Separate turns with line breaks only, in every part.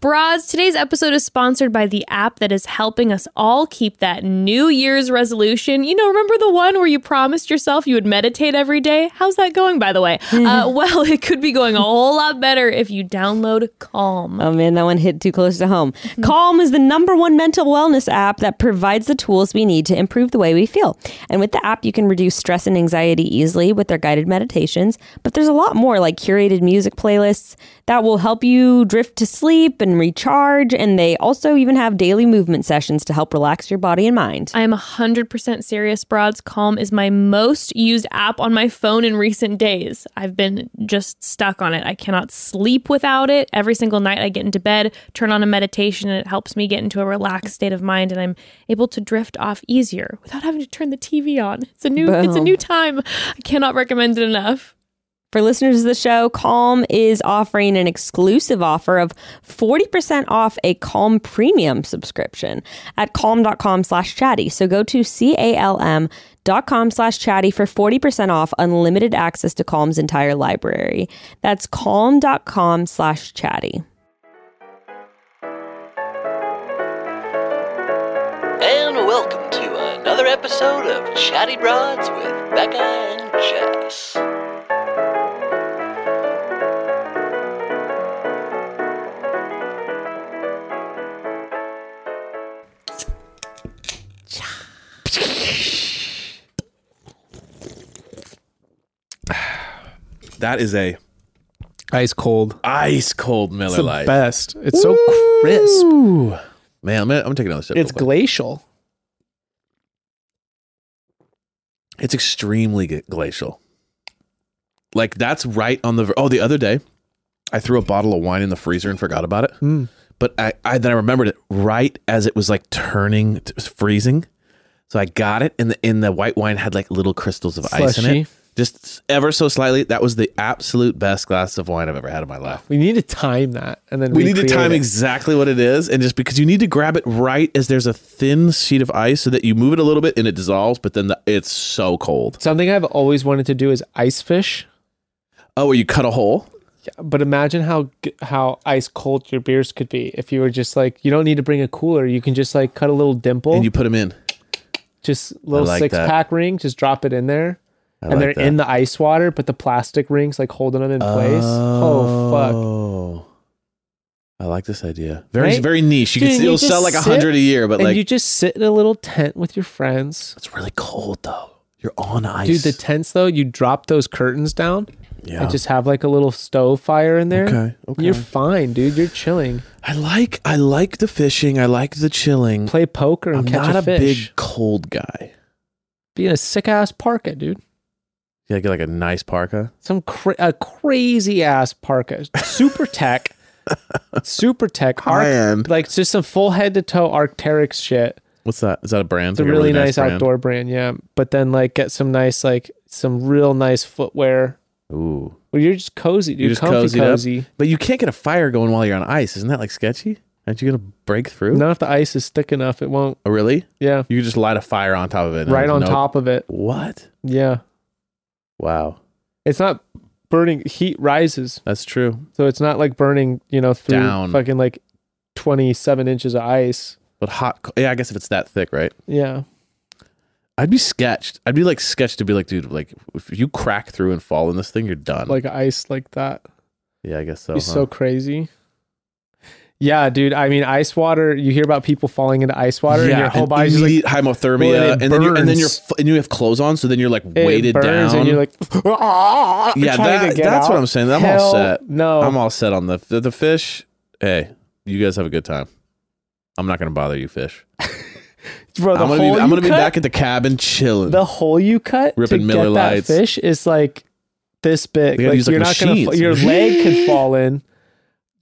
Bras, today's episode is sponsored by the app that is helping us all keep that New Year's resolution. You know, remember the one where you promised yourself you would meditate every day? How's that going, by the way? uh, well, it could be going a whole lot better if you download Calm.
Oh man, that one hit too close to home. Calm is the number one mental wellness app that provides the tools we need to improve the way we feel. And with the app, you can reduce stress and anxiety easily with their guided meditations. But there's a lot more, like curated music playlists that will help you drift to sleep and recharge. And they also even have daily movement sessions to help relax your body and mind.
I am 100% serious, Broads. Calm is my most used app on my phone in recent days. I've been just stuck on it. I cannot sleep without it. Every single night I get into bed, turn on a meditation, and it helps me get into a relaxed state of mind and I'm able to drift off easier without having to turn the TV on. It's a new it's a
Boom.
new time. I cannot recommend it enough.
For listeners of the show, Calm is offering an exclusive offer of 40% off a Calm premium subscription at calm.com slash chatty. So go to C-A-L-M dot com slash chatty for 40% off unlimited access to Calm's entire library. That's calm.com slash chatty.
And welcome to another episode of Chatty Broads with Becca and Jess.
That is a
Ice cold.
ice cold Miller
It's the
Lite.
best. It's so crisp.
Ooh. Man, I'm gonna, I'm gonna take another sip.
It's
real quick.
glacial.
It's extremely g- glacial. Like that's right on the. ver- Oh, the other day, I threw a bottle of wine in the freezer and forgot about it.
Hmm.
But I, I then I remembered it right as it was like turning, it was freezing. So I got it, and the in the white wine had like little crystals of ice in
Slushy.
it, just ever so slightly. That was the absolute best glass of wine I've ever had in my life.
We need to time that, and then
We need to
recreate
time
it.
exactly what it is, and just because you need to grab it right as there's a thin sheet of ice, so that you move it a little bit and it dissolves, but then the, it's so cold.
Something I've always wanted to do is ice fish.
Oh, where you cut a hole?
But imagine how g- how ice cold your beers could be if you were just like you don't need to bring a cooler. You can just like cut a little dimple,
and you put them in.
just little
like
six
that.
pack ring, just drop it in there, and
like
they're
that.
in the ice water. But the plastic rings like holding them in place. Oh fuck!
Oh. I like this idea. Very
Right?
very niche. You
Dude,
can
and
you'll
just
sell like a
sit
hundred a year, but
and
like
you just sit in a little tent with your friends.
it's really cold though. You're on ice,
Dude, the tents though, you drop those curtains down
yeah.
and just have like a little stove fire in there.
Okay, okay.
You're fine, dude. You're chilling.
I like I like the fishing. I like the chilling.
Play poker and
I'm
catch
not a,
a fish.
big cold guy.
Be in a sick ass parka, dude.
You gotta get like a nice parka.
Some cra- a crazy ass parka. Super tech. super tech.
High end.
Like just some full head to toe Arcteryx shit.
What's that? Is that a brand?
It's a
Like
really, nice,
brand?
outdoor brand, yeah. But then like get some nice like some real nice footwear.
Ooh.
Well, you're just cozy, dude.
You're just
Comfy
cozied up?
cozy.
But you can't get a fire going while you're on ice. Isn't that like sketchy? Aren't you gonna break through?
Not if the ice is thick enough, it won't.
Oh, really?
Yeah.
You could just light a fire on top of it. and
right
there's
on
no-
top of it.
What?
Yeah.
Wow.
It's not burning heat rises.
That's true.
So it's not like burning, you know, through
Down.
fucking like 27 inches of ice.
But hot, co- yeah. I guess if it's that thick, right?
Yeah.
I'd be sketched. I'd be like sketched to be like, dude, like if you crack through and fall in this thing, you're done.
Like ice like that.
yeah, I guess so.
You're
huh?
so crazy. Yeah, dude. I mean, ice water, you hear about people falling into ice water
yeah,
and your whole
and
body's just like,
immediate hypothermia,
Well,
and,
and it
then you're, and then
burns.
you're f- and you have clothes on, so then you're like
it
weighted
burns
down.
and you're like, "Ah,
yeah,
trying to
that,
get
that's what
out.
I'm saying. I'm all
Hell
set.
No.
I'm all set on the, the the fish. Hey, you guys have a good time. I'm not gonna bother you, fish.
Bro, the
I'm gonna be
hole
I'm
you
gonna be
cut-
back at the cabin chilling.
the hole you cut
Ripping
to
Miller
get that
Lights.
fish is like this big.
They gotta
Like
use, like,
you're not gonna fa-
machines.
your leg could fall in.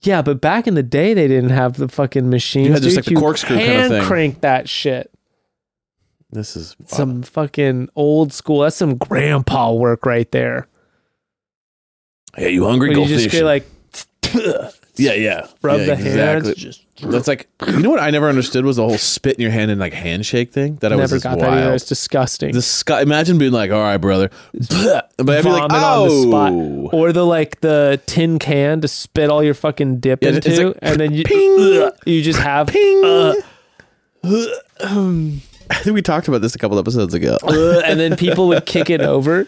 Yeah, but back in the day they didn't have the fucking machines.
just,
dude.
like, the
You
corkscrew kind of
hand
thing.
Crank that shit.
this is
Some fucking old school. That's some grandpa work right there.
Hey, you hungry?
Where
Go
you just
fishing.
feel like
Yeah, yeah.
Rub
Yeah,
the hands,
That's like you know what I never understood was the whole spit in your hand and like handshake thing. That I was
Never
just
got that either.
wild.
It's disgusting.
The sky. Imagine being like, "All right, brother," but I'd be like,
Vomit
"Oh."
on the spot, or the like the tin can to spit all your fucking dip
Yeah, it's
into,
like,
and then you
ping.
you just have
Ping.
uh,
I think we talked about this a couple episodes ago.
uh, and then people would kick it over.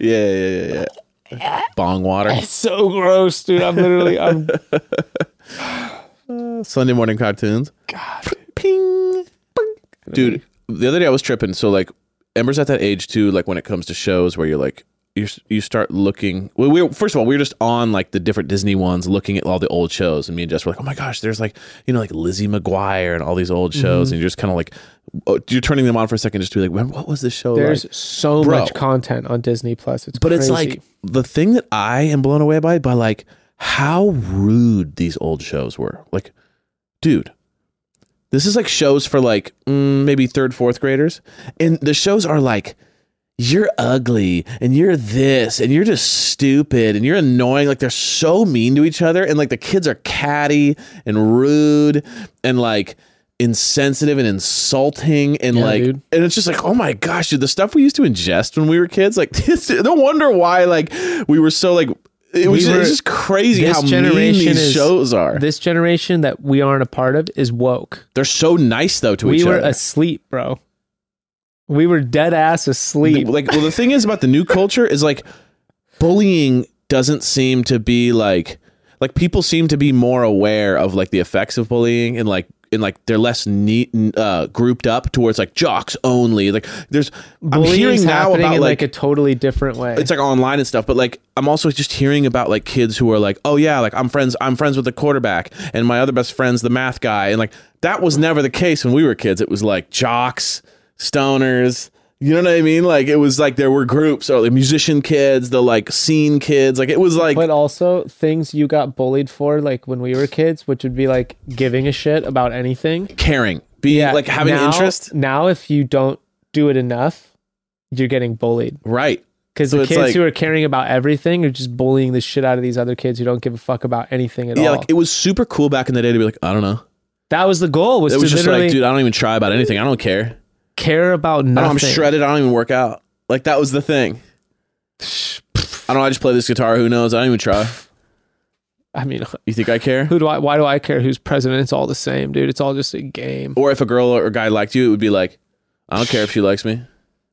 yeah, yeah, yeah, yeah. Bong water.
It's so gross, dude. I'm literally I'm
Sunday morning cartoons.
God.
Ping. Dude, the other day I was tripping. So like, Ember's at that age too. Like when it comes to shows where you're like, you you start looking. Well, we were, first of all we were just on like the different Disney ones, looking at all the old shows, and me and Jess were like, oh my gosh, there's like you know like Lizzie McGuire and all these old
Mm-hmm.
shows, and you're just kind of like, oh, you're turning them on for a second just to be like, when, what was this show?
There's
like?
so
Bro.
much content on Disney Plus. It's
But
crazy.
it's like the thing that I am blown away by by like how rude these old shows were. Like, dude, this is like shows for like mm, maybe third, fourth graders, and the shows are like. You're ugly and you're this and you're just stupid and you're annoying. Like they're so mean to each other and like the kids are catty and rude and like insensitive and insulting and
Yeah,
like
dude.
and it's just like, oh my gosh, dude, the stuff we used to ingest when we were kids, like, it's, no wonder why, like, we were so like, it was
We
just,
were-
it's just crazy
this
how mean
generation
these
is-
shows are.
this generation that we aren't a part of is woke.
They're so nice though to
we
each
were
other.
asleep, bro. We were dead ass asleep.
Like, well, the thing is about the new culture is like, bullying doesn't seem to be like, like people seem to be more aware of like the effects of bullying and like. And like they're less neat, uh, grouped up towards like jocks only. Like there's, I'm
Bullying's
hearing now
happening
about
in
like
a totally different way.
it's like online and stuff but like i'm also just hearing about like kids who are like oh yeah like i'm friends i'm friends with the quarterback and my other best friend's the math guy and like that was never the case when we were kids it was like jocks stoners you know what i mean like it was like there were groups or the musician kids the like scene kids like it was like
but also things you got bullied for, like when we were kids, which would be like giving a shit about anything.
caring being like having
now,
interest
Now, if you don't do it enough, you're getting bullied
right
because
So
the
it's
kids
like-
who are caring about everything are just bullying the shit out of these other kids who don't give a fuck about anything at
yeah
all.
like it was super cool back in the day to be like i don't know
that was the goal was
it
to
was just
literally
like dude i don't even try about anything i don't care
care about
I don't,
nothing.
I'm shredded. I don't even work out. Like that was the thing. I don't. know, I just play this guitar. Who knows? I don't even try.
I mean,
You think I care?
who do I? Why do I care who's president? It's all the same, dude. It's all just a game.
Or if a girl or a guy liked you, it would be like, I don't care if she likes me.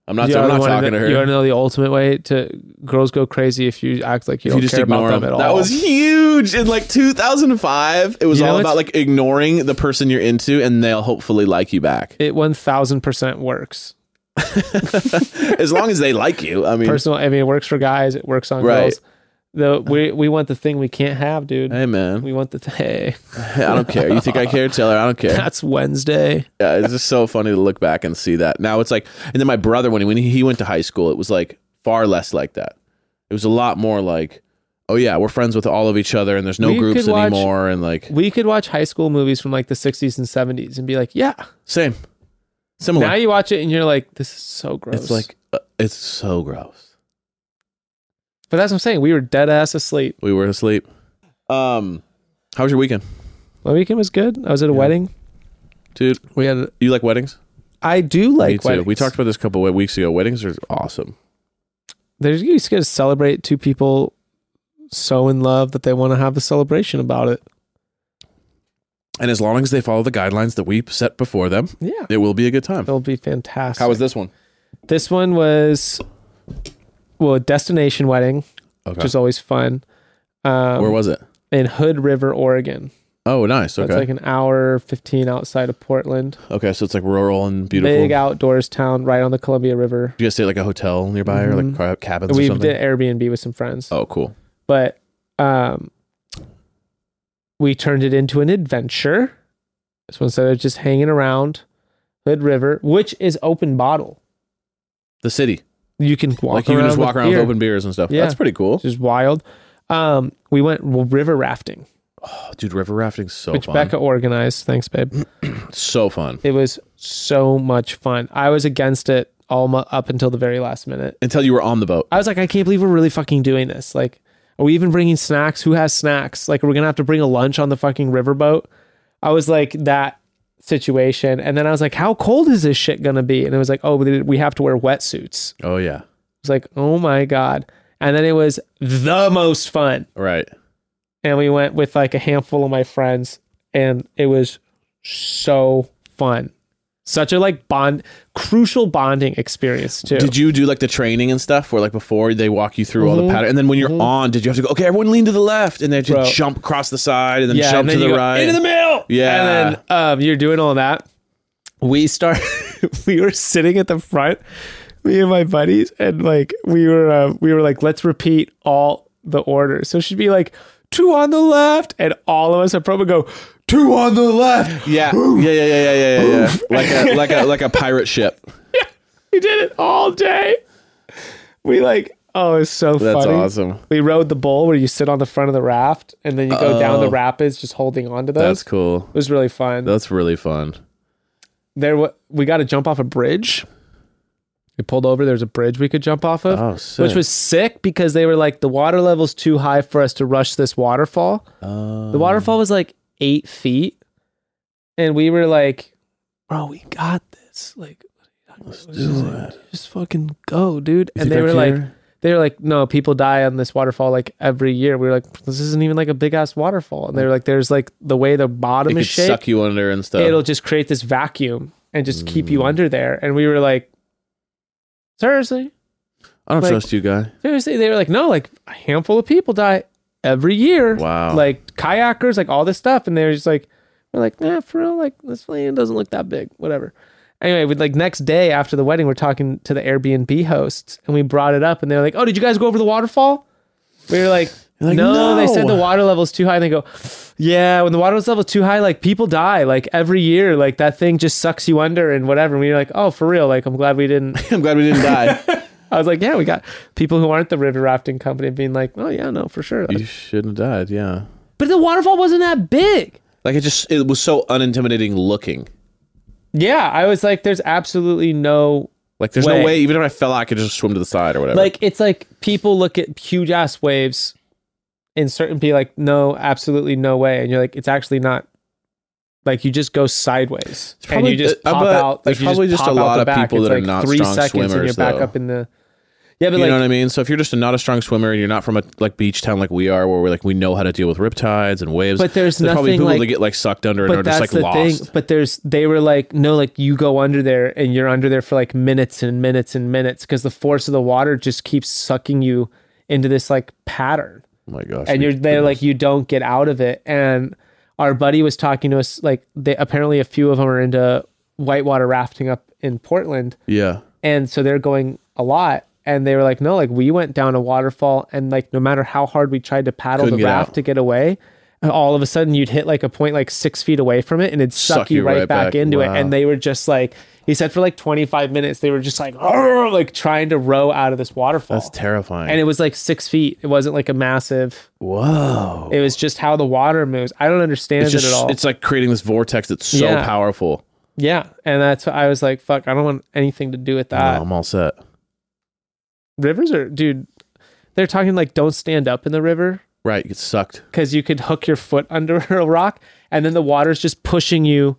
I'm not.
You
I'm
wanna
not
know
talking to
the-
her.
You want to know the ultimate way to girls go crazy if you act like you
If
don't
you just
care about
ignore
them
them.
at all.
That was huge in like 2005. It was
You know
all
what's-
about like ignoring the person you're into, and they'll hopefully like you back.
it one thousand percent works.
as long as they like you. I mean,
Personal, I mean, it works for guys. It works on
Right.
girls. The we we want the thing we can't have, dude.
hey man,
We want the th- hey.
I don't care. You think I care? Tell her I don't care.
That's Wednesday.
yeah, it's just so funny to look back and see that. Now it's like, and then my brother when he, when he went to high school, it was like far less like that. It was a lot more like, oh yeah, we're friends with all of each other, and there's no
We
groups
could watch-
anymore, and like
We could watch high school movies from like the '60s and '70s and be like, yeah.
same, similar.
Now you watch it and you're like, this is so gross.
it's like uh, it's so gross.
but that's what I'm saying. We were dead ass asleep.
We were asleep. Um, how was your weekend,
My weekend was good. I was at a wedding.
dude?
We had.
You like weddings?
I do like
Me too.
weddings.
We talked about this a couple of weeks ago. Weddings are awesome.
they're you just gonna celebrate two people so in love that they want to have a celebration about it.
And as long as they follow the guidelines that we set before them,
Yeah,
it will be a good time.
it'll be fantastic.
How was this one?
this one was well a destination wedding,
Okay.
which is always fun. Um,
Where was it?
in Hood River, Oregon.
Oh, nice.
So
Okay.
it's like an hour fifteen outside of Portland.
Okay, so it's like rural and beautiful.
Big outdoors town, right on the Columbia River.
Do you guys stay at like a hotel nearby or like
Mhm.
car- cabins or
We
something?
did Airbnb with some friends,
Oh, cool.
but um, we turned it into an adventure. So instead of just hanging around Hood River, which is open bottle,
The city,
you can walk
like you can just walk around
beer,
with open beers and stuff.
Yeah.
That's pretty cool.
which is wild. Um, we went river rafting.
Oh, dude, river rafting's so
which
fun.
Becca organized. Thanks, babe.
so fun
It was so much fun. I was against it all mu- up until the very last minute.
until you were on the boat.
I was like, I can't believe we're really fucking doing this. Like, Are we even bringing snacks? Who has snacks? Like, we're gonna have to bring a lunch on the fucking riverboat. I was like that situation, and then I was like, how cold is this shit gonna be? And it was like, oh, we have to wear wetsuits. I
Oh yeah.
was like, oh my god. And then it was the most fun
Right.
and we went with like a handful of my friends and it was so fun such a like bond crucial bonding experience too
Did you do like the training and stuff where like before they walk you through all the pattern and then when you're on, did you have to go, okay, everyone lean to the left and then just
Mm-hmm. Bro.
jump across the side and then
yeah,
jump
and then
to
you
the
go,
right?
into the middle
Yeah.
and then um you're doing all that we start we were sitting at the front me and my buddies and like we were uh, we were like let's repeat all the orders so she'd be like two on the left and all of us at probe go two on the left
yeah. yeah. Yeah, yeah, yeah, yeah, yeah, yeah. Like a like a like a pirate ship.
We did it all day. We like, oh, it's so
That's
funny.
awesome.
We rode the bull where you sit on the front of the raft and then you go down the rapids just holding onto those.
Oh. That's cool.
It was really fun.
That's really fun.
There, wa- we got to jump off a bridge. We pulled over. There's a bridge we could jump off of,
Oh,
which
sick.
was sick because they were like the water level's too high for us to rush this waterfall.
Oh.
The
Um,
waterfall was like eight feet, and we were like, "Bro, we got this! Like, let's do it. Just fucking go, dude!" and they were like, they were like, no, people die on this waterfall like every year. We were like, this isn't even like a big ass waterfall. And they were like, there's like the way the
it
bottom
could
is shaped,
suck you under and stuff. Mm.
it'll just create this vacuum and just keep you under there. And we were like, seriously,
I don't
like-
trust you, guy.
seriously. They were like, no, like a handful of people die every year.
Wow.
Like kayakers, like all this stuff. And they were just like, we're like, nah, for real, like this land doesn't look that big, whatever. Anyway, we like next day after the wedding, we're talking to the Airbnb hosts and we brought it up and they were like, oh, did you guys go over the waterfall? We were like,
You're like,
no, they said
"No."
the water level's too high. And they go, yeah, when the water level's too high, like people die like every year. Like that thing just sucks you under and whatever. And we were like, oh, for real. Like, I'm glad we didn't
I'm glad we didn't die.
I was like, yeah, we got people who aren't the river rafting company being like, oh yeah, no, for sure.
you shouldn't have died, yeah.
But the waterfall wasn't that big.
Like it just it was so unintimidating looking.
Yeah, I was like, there's absolutely no
Like there's
Way.
no way even if I fell out I could just swim to the side or whatever.
like. It's like people look at huge ass waves, and certain be like, no, absolutely no way, and you're like, it's actually not. Like you just go sideways and
probably-
you just
I
pop
bet
out.
there's
like, you
probably just
pop
a
out
lot
the
of
back.
people
It's
that are
like
not
three
strong
seconds and you're
swimmers,
back
though.
up in the. Yeah, but
you
like
know what I mean? So if you're just a, not a strong swimmer and you're not from a like beach town like we are, where we're like we know how to deal with riptides and waves,
But there's
probably
nothing
people
like-
that get like sucked under and are just like lost.
But there's they were like, no, like you go under there and you're under there for like minutes and minutes and minutes because the force of the water just keeps sucking you into this like pattern,
Oh my gosh!
and
we-
you're there like you don't get out of it. And our buddy was talking to us like they apparently a few of them are into whitewater rafting up in Portland,
yeah,
and so they're going a lot. And they were like, no, like we went down a waterfall, and like no matter how hard we tried to paddle
Couldn't
the
get
raft
out.
to get away, all of a sudden you'd hit like a point like six feet away from it, and it'd suck, you right, back, into it.
Wow.
And they were just like, he said for like 25 minutes, they were just like, "Arr," like trying to row out of this waterfall.
that's terrifying.
and it was like six feet. It wasn't like a massive.
Whoa!
It was just how the water moves. I don't understand
It's
it at all.
just it's like creating this vortex that's so
Yeah.
powerful.
yeah, and that's I was like, fuck, I don't want anything to do with
No,
that.
I'm all set.
Rivers are, dude. They're talking like don't stand up in the river
Right, you get sucked.
because you could hook your foot under a rock and then the water's just pushing you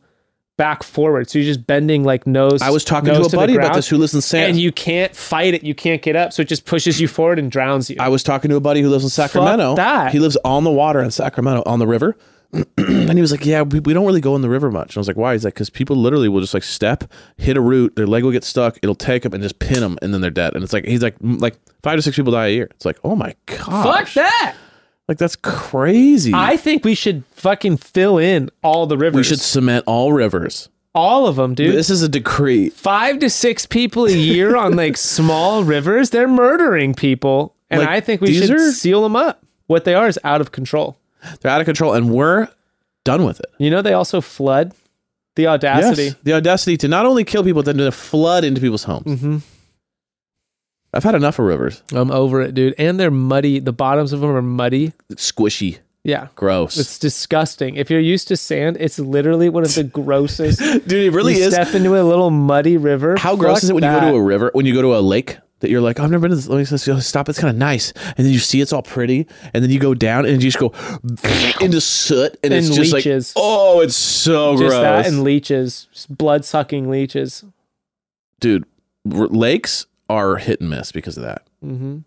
back forward. So you're just bending like nose.
I was talking to
nose
a
the
buddy about
ground,
this who lives in San.
and you can't fight it. You can't get up. So it just pushes you forward and drowns you.
I was talking to a buddy who lives in Sacramento.
that.
He lives on the water in Sacramento, on the river. and he was like, Yeah, we, we don't really go in the river much. And I was like, Why? He's like, Because people literally will just like step, hit a root, their leg will get stuck, it'll take them and just pin them, and then they're dead. And it's like, He's like, "Mm, like five to six people die a year. It's like, Oh my God.
Fuck that.
Like, that's crazy.
I think we should fucking fill in all the rivers.
we should cement all rivers.
all of them, dude.
This is a decree.
Five to six people a year on like small rivers. They're murdering people, and
Like,
I think we
these
should
are-
seal them up. What they are is out of control.
They're out of control, and we're done with it.
You know they also flood. The audacity.
Yes, the audacity to not only kill people, but then to flood into people's homes. I've had enough of rivers.
I'm over it, dude. And they're muddy. The bottoms of them are muddy.
It's squishy,
Yeah.
gross.
It's disgusting. If you're used to sand, it's literally one of the grossest.
Dude, it really
you
is.
step into a little muddy river.
How gross
Fuck
is it when you
that.
go to a river, when you go to a lake that that you're like, I've never been to this. Let me just- oh, stop. It's kind of nice. And then you see it's all pretty. And then you go down and you just go into soot. And, it's
And
just
leeches.
like, oh, it's so
Just
gross.
that and leeches, just blood sucking leeches.
Dude, r- lakes are hit and miss because of that.
hmm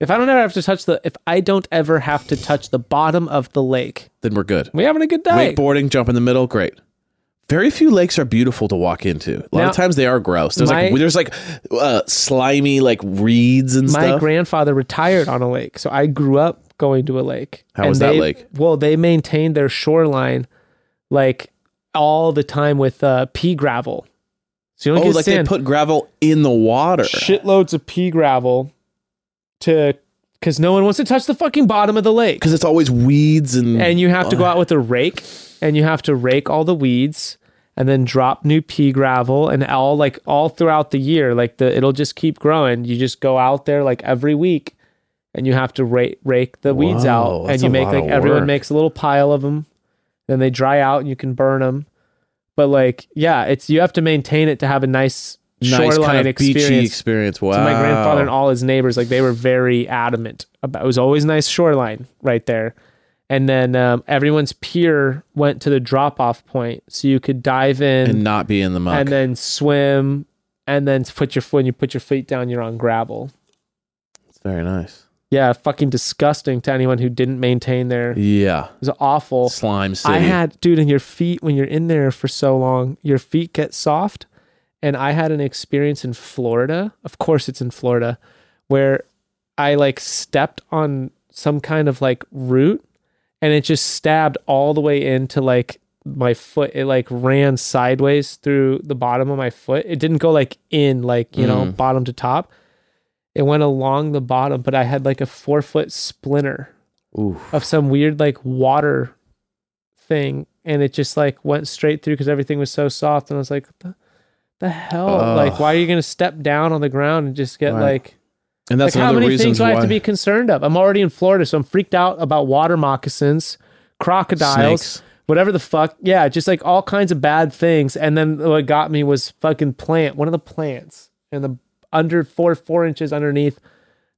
If I don't ever have to touch the, if I don't ever have to touch the bottom of the lake,
Then we're good.
we having a good day.
Wakeboarding, jump in the middle, great. Very few lakes are beautiful to walk into. A lot
Now-
of times they are gross. There's
My-
like there's like uh, slimy like reeds and
My
stuff.
grandfather retired on a lake, so I grew up going to a lake.
How
And
was that
they-
lake?
Well, they maintained their shoreline like all the time with uh, pea gravel. So you don't
oh,
get
like
sand.
they put gravel in the water.
shitloads of pea gravel to because no one wants to touch the fucking bottom of the lake.
because it's always weeds and
and you have to go out with a rake and you have to rake all the weeds and then drop new pea gravel and all like all throughout the year like the it'll just keep growing you just go out there like every week and you have to rake rake the weeds
Whoa,
out
that's
and you
a
make
lot
like
of
everyone
work.
makes a little pile of them then they dry out and you can burn them but like yeah it's you have to maintain it to have a nice,
nice
shoreline
kind of beachy
experience
experience. Wow,
so my grandfather and all his neighbors, like they were very adamant about. It was always nice shoreline right there, and then um, everyone's pier went to the drop off point, so you could dive in
and
and,
not be in the muck.
then swim, and then put your foot. When you put your feet down, you're on gravel.
it's very nice.
Yeah, fucking disgusting to anyone who didn't maintain their. It
Yeah,
was awful.
slime city.
I had, dude, and your feet when you're in there for so long, your feet get soft. And I had an experience in Florida. Of course, it's in Florida, where I like stepped on some kind of like root, and it just stabbed all the way into like my foot. It like ran sideways through the bottom of my foot. It didn't go like in, like you know,
Mm.
bottom to top. It went along the bottom, but I had like a four foot splinter
Ooh.
of some weird like water thing and it just like went straight through because everything was so soft and i was like "What the, the hell like
Ugh.
why are you gonna step down on the ground and just get
Right.
like
and that's
like how
another
many
reason
things do
why
i have to be concerned of i'm already in florida so i'm freaked out about water moccasins crocodiles
Snakes.
whatever the fuck yeah just like all kinds of bad things and then what got me was fucking plant one of the plants and the under four four inches underneath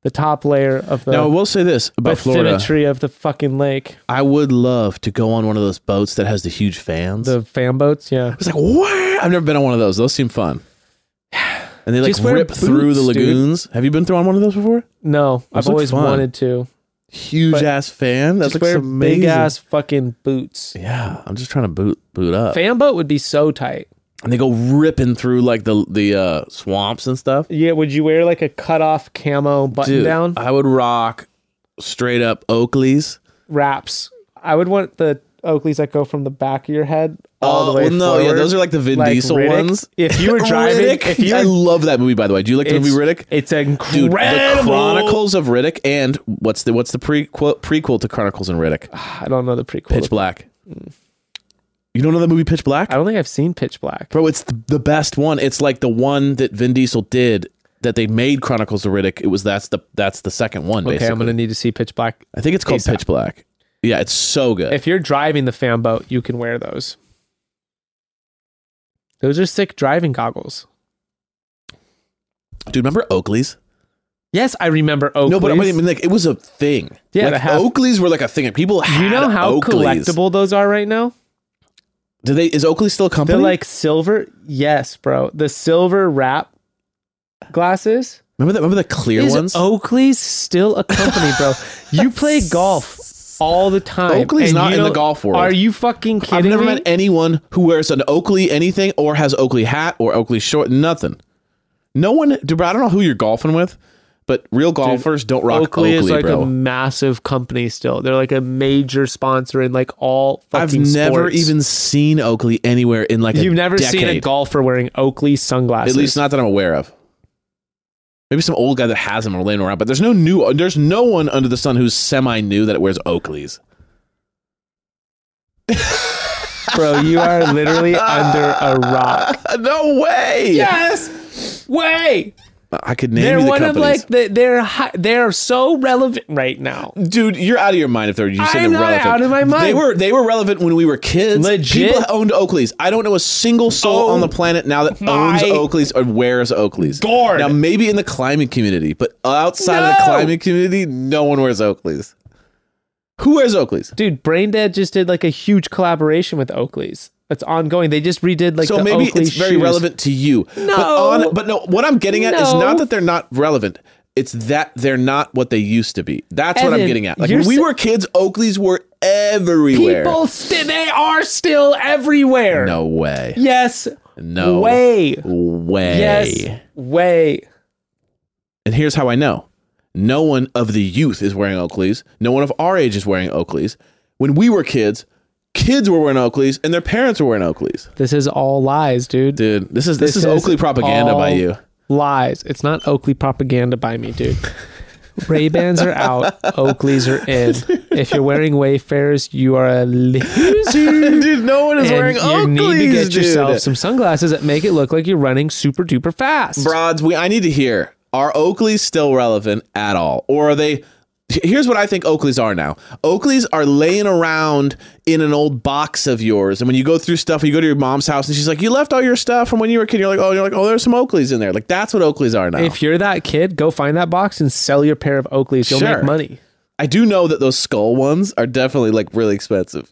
the top layer of the
Now I will say this about
with
Florida:
symmetry of the fucking lake.
I would love to go on one of those boats that has the huge fans.
The fan boats, yeah.
It's like, what? I've never been on one of those. Those seem fun. And they like
Just wear
rip through the
boots, dude.
lagoons. Have you been through on one of those before?
No, I've
look
always
fun.
wanted to.
Huge
But
ass fan. That's
Just
like
wear
amazing.
big ass fucking boots.
Yeah, I'm just trying to boot boot up.
Fan boat would be so tight.
and they go ripping through like the the uh, swamps and stuff.
Yeah, would you wear like a cut off camo button
Dude,
down
I would rock straight up Oakleys.
wraps? I would want the Oakleys that go from the back of your head all the
Oh,
way
well, no, yeah,
forward,
those are like the Vin
like
Diesel
Riddick.
ones.
If you were driving,
Riddick?
if you
I
were-
love that movie by the way. Do you like the movie
it's-
Riddick?
it's
Dude, the
incredible.
Chronicles of Riddick and what's the what's the prequel prequel to Chronicles and Riddick?
I don't know the prequel.
Pitch Black. Mm. You don't know that movie Pitch Black?
I don't think I've seen Pitch Black.
Bro, it's the, the best one. It's like the one that Vin Diesel did that they made Chronicles of Riddick. It was that's the that's the second one
Okay,
basically.
I'm gonna need to see Pitch Black.
I think it's called
ASAP.
Pitch Black. Yeah, it's so good.
if you're driving the fan boat, you can wear those. Those are sick driving goggles.
Dude, remember Oakley's?
Yes, I remember Oakleys.
No, but I mean like it was a thing.
Yeah,
like,
the half-
Oakley's were like a thing. People had
you know how
Oakley's.
collectible those are right now?
Do they is Oakley still a company?
They're like silver. Yes, bro. The silver wrap glasses.
remember that remember the clear
Is
ones?
Oakley's still a company, bro? you play golf all the time.
Oakley's
and
not
you
in the
don't-
golf world.
Are you fucking kidding
I've never
me?
met anyone who wears an Oakley anything or has Oakley hat or Oakley short. Nothing. No one, dude, bro, I don't know who you're golfing with, but real golfers don't rock Oakley,
Oakley, is like
bro.
a massive company still. They're like a major sponsor in like all
I've
fucking
never
sports.
even seen Oakley anywhere in like
You've
a
never seen a
decade.
golfer wearing Oakley sunglasses.
At least not that I'm aware of. Maybe some old guy that has them or laying around, but there's no new. There's no one under the sun who's semi new that wears Oakleys.
Bro, you are literally under a rock.
no way.
Yes! Way!
I could name
they're
you the
one of
companies.
like the, they're hi- they're so relevant right now.
Dude, you're out of your mind if they're you said
I'm
they're
not
relevant.
out of my
They
mind.
were they were relevant when we were kids.
Legit.
People owned Oakleys. I don't know a single soul
Oh
on the planet now that
my
owns Oakleys or wears Oakleys.
Lord.
Now maybe in the climbing community, but outside of the
No.
climbing community, no one wears Oakleys. Who wears Oakleys?
Dude, Braindead just did like a huge collaboration with Oakley's. It's ongoing. They just redid like
so
the
maybe
Oakley
it's very
shoes.
relevant to you. But
No.
on but no, what I'm getting at is
No.
not that they're not relevant. It's that they're not what they used to be. That's what I'm
Evan,
getting at. Like
you're
when we
sa-
were kids, Oakleys were everywhere.
People, st- they are still everywhere.
no way.
Yes.
No
Way.
Way.
Yes. Way.
And here's how I know. No one of the youth is wearing Oakleys. No one of our age is wearing Oakleys. When we were kids, kids were wearing Oakleys and their parents were wearing Oakleys.
This is all lies, dude.
Dude, this is this, is,
This is
Oakley propaganda by
all-
you.
Lies. It's not Oakley propaganda by me, dude. Ray Bans are out. Oakley's are in. If you're wearing Wayfarers, you are a loser.
Dude, no one is
And
wearing
you
Oakleys.
need to get
dude.
yourself some sunglasses that make it look like you're running super duper fast.
Broads, we I need to hear. Are Oakleys still relevant at all? Or are they Here's what I think Oakleys are now. Oakleys are laying around in an old box of yours. And when you go through stuff, you go to your mom's house and she's like, You left all your stuff from when you were a kid. You're like, Oh, you're like, Oh, there's some Oakleys in there. Like that's what Oakleys are now.
If you're that kid, go find that box and sell your pair of Oakleys. You'll
Sure.
make money.
I do know that those skull ones are definitely like really expensive.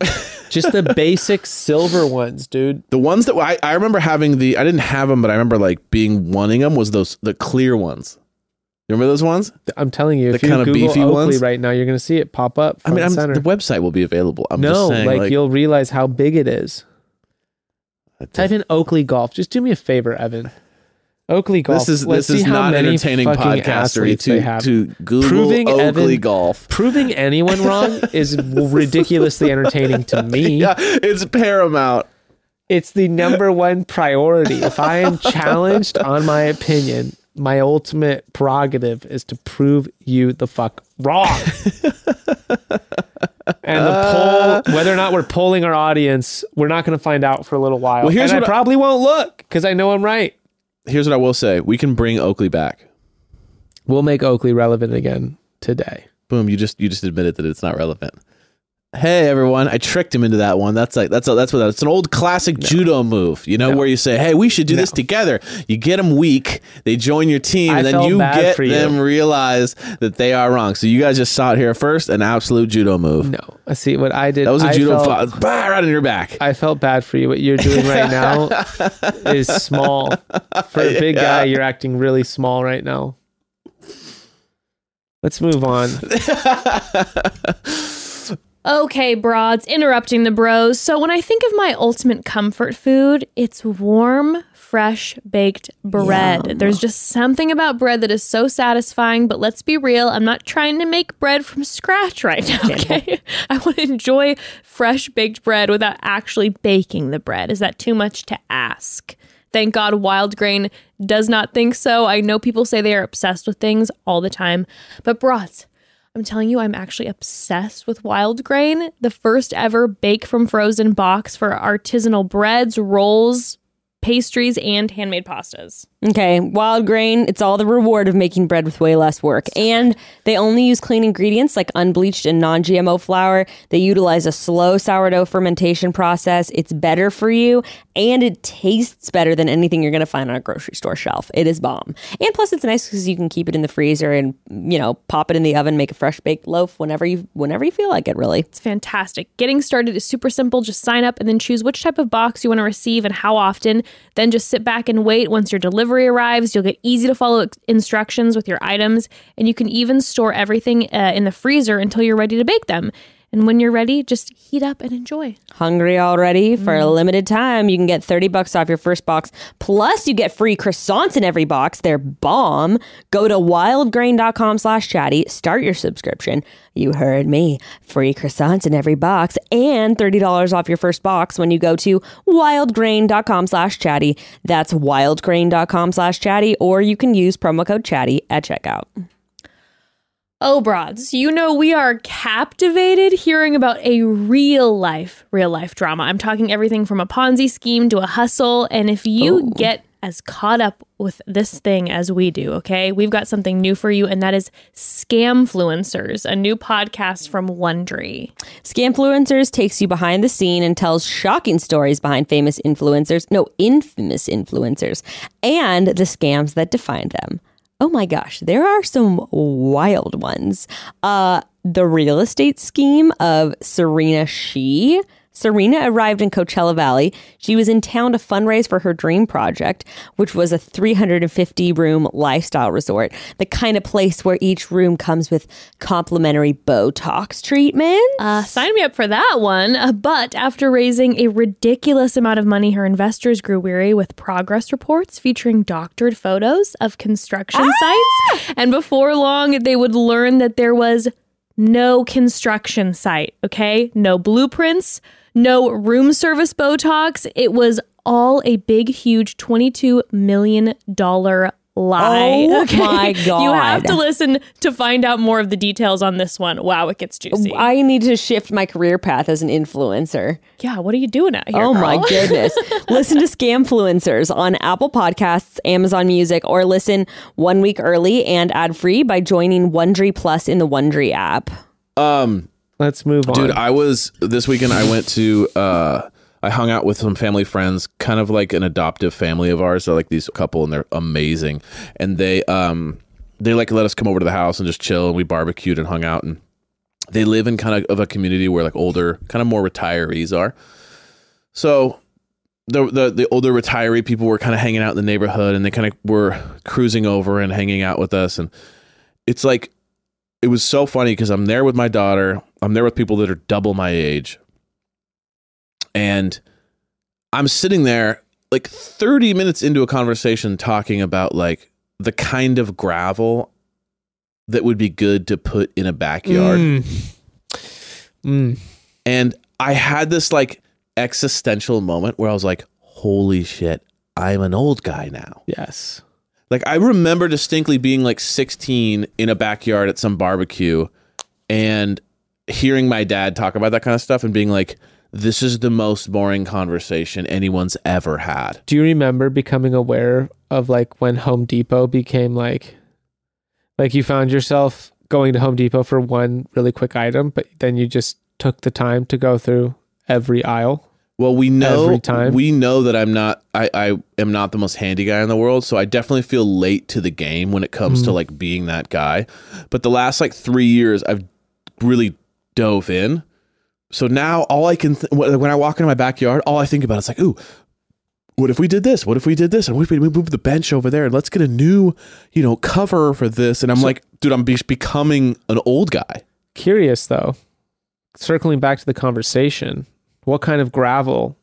Just the basic silver ones, dude.
the ones that I, I remember having the I didn't have them, but I remember like being wanting them was those the clear ones. You remember those ones?
I'm telling you,
The
if you
kinda
Google
beefy
Oakley
ones?
right now, you're gonna see it pop up.
I
front
mean, I'm,
and center.
the website will be available. I'm
no,
just saying,
like, you'll realize how big it is. Type in Oakley golf. Just do me a favor, Evan. Oakley golf.
This is
Let's
this is
see how
not
many
entertaining podcastery
fucking athletes they
to
have.
to Google
Proving
Oakley
Evan-
golf.
Proving anyone wrong is ridiculously entertaining to me.
Yeah, it's paramount.
It's the number one priority. If I am challenged on my opinion, my ultimate prerogative is to prove you the fuck wrong. and
Uh.
the poll, whether or not we're polling our audience, we're not going to find out for a little while.
Well, here's
and I
what I-
probably won't look because I know I'm right.
Here's what I will say: we can bring Oakley back.
We'll make Oakley relevant again today.
Boom! You just you just admitted that it's not relevant. Hey everyone, I tricked him into that one. That's like that's a, that's what that, it's an old classic judo move, you know, where you say, "Hey, we should do this together." You get them weak, they join your team,
I
and then
felt
you
bad
get
for you.
them realize that they are wrong. So you guys just saw it here first, an absolute judo move.
No, I see what I did.
That was a
I
judo
felt-
fo- bah, right in your back.
I felt bad for you. What you're doing right now is small. For a big guy, you're acting really small right now. Let's move on.
Okay, broads, interrupting the bros. So, when I think of my ultimate comfort food, it's warm, fresh baked bread. There's just something about bread that is so satisfying, but let's be real, I'm not trying to make bread from scratch right now, okay? I want to enjoy fresh baked bread without actually baking the bread. Is that too much to ask? Thank God Wild Grain does not think so. I know people say they are obsessed with things all the time, but broads, I'm telling you, I'm actually obsessed with wild grain. The first ever bake from frozen box for artisanal breads, rolls, pastries, and handmade pastas.
Okay, wild grain, it's all the reward of making bread with way less work. And they only use clean ingredients like unbleached and non GMO flour. They utilize a slow sourdough fermentation process. It's better for you and it tastes better than anything you're going to find on a grocery store shelf. It is bomb. And plus, it's nice because you can keep it in the freezer and, you know, pop it in the oven, make a fresh baked loaf whenever you, whenever you feel like it, really.
It's fantastic. Getting started is super simple. Just sign up and then choose which type of box you want to receive and how often. Then just sit back and wait. Once your delivery arrives, you'll get easy to follow ex- instructions with your items, and you can even store everything uh, in the freezer until you're ready to bake them. And when you're ready, just heat up and enjoy.
Hungry already? For a limited time, you can get 30 bucks off your first box. Plus, you get free croissants in every box. They're bomb. Go to wildgrain.com slash chatty. Start your subscription. You heard me. Free croissants in every box and $30 off your first box when you go to wildgrain.com slash chatty. That's wildgrain.com slash chatty. Or you can use promo code chatty at checkout.
Oh, broads, you know we are captivated hearing about a real life, real life drama. I'm talking everything from a Ponzi scheme to a hustle. And if you get as caught up with this thing as we do, okay? We've got something new for you, and that is Scamfluencers, a new podcast from Wondery.
Scamfluencers takes you behind the scene and tells shocking stories behind famous influencers, no, infamous influencers, and the scams that define them. Oh my gosh, there are some wild ones. Uh, the real estate scheme of Serena Shee. Serena arrived in Coachella Valley. She was in town to fundraise for her dream project, which was a 350 room lifestyle resort, the kind of place where each room comes with complimentary Botox treatments.
Uh, sign me up for that one. Uh, but after raising a ridiculous amount of money, her investors grew weary with progress reports featuring doctored photos of construction
Ah!
sites. And before long, they would learn that there was no construction site, okay? No blueprints, no room service Botox. It was all a big, huge $22 million lie.
Oh my
You have
God.
to listen to find out more of the details on this one. Wow, it gets juicy.
I need to shift my career path as an influencer.
yeah, what are you doing out here?
oh my
girl?
goodness. listen to Scamfluencers on Apple Podcasts, Amazon Music, or listen one week early and ad free by joining Wondery Plus in the Wondery app.
Let's move on.
Dude, I was this weekend. I went to uh, I hung out with some family friends, kind of like an adoptive family of ours. They're like these couple, and they're amazing. And they um they like let us come over to the house and just chill, and we barbecued and hung out. And they live in kind of of a community where like older, kind of more retirees are. So the, the the older retiree people were kind of hanging out in the neighborhood, and they kind of were cruising over and hanging out with us. And it's like it was so funny because I'm there with my daughter. I'm there with people that are double my age. And I'm sitting there like 30 minutes into a conversation talking about like the kind of gravel that would be good to put in a backyard.
Mm. Mm.
And I had this like existential moment where I was like, holy shit, I'm an old guy now.
Yes.
Like I remember distinctly being like 16 in a backyard at some barbecue and hearing my dad talk about that kind of stuff and being like this is the most boring conversation anyone's ever had.
Do you remember becoming aware of like when Home Depot became like, like you found yourself going to Home Depot for one really quick item, but then you just took the time to go through every aisle?
Well, we know
Every time.
we know that I'm not I, I am not the most handy guy in the world, so I definitely feel late to the game when it comes
Hmm.
to like being that guy. But the last like three years, I've really dove in. So now all I can th- when when I walk into my backyard, all I think about is like, ooh, what if we did this? What if we did this? And what if we moved the bench over there? And let's get a new you know cover for this. And I'm like, dude, I'm be- becoming an old guy.
Curious though, circling back to the conversation, what kind of gravel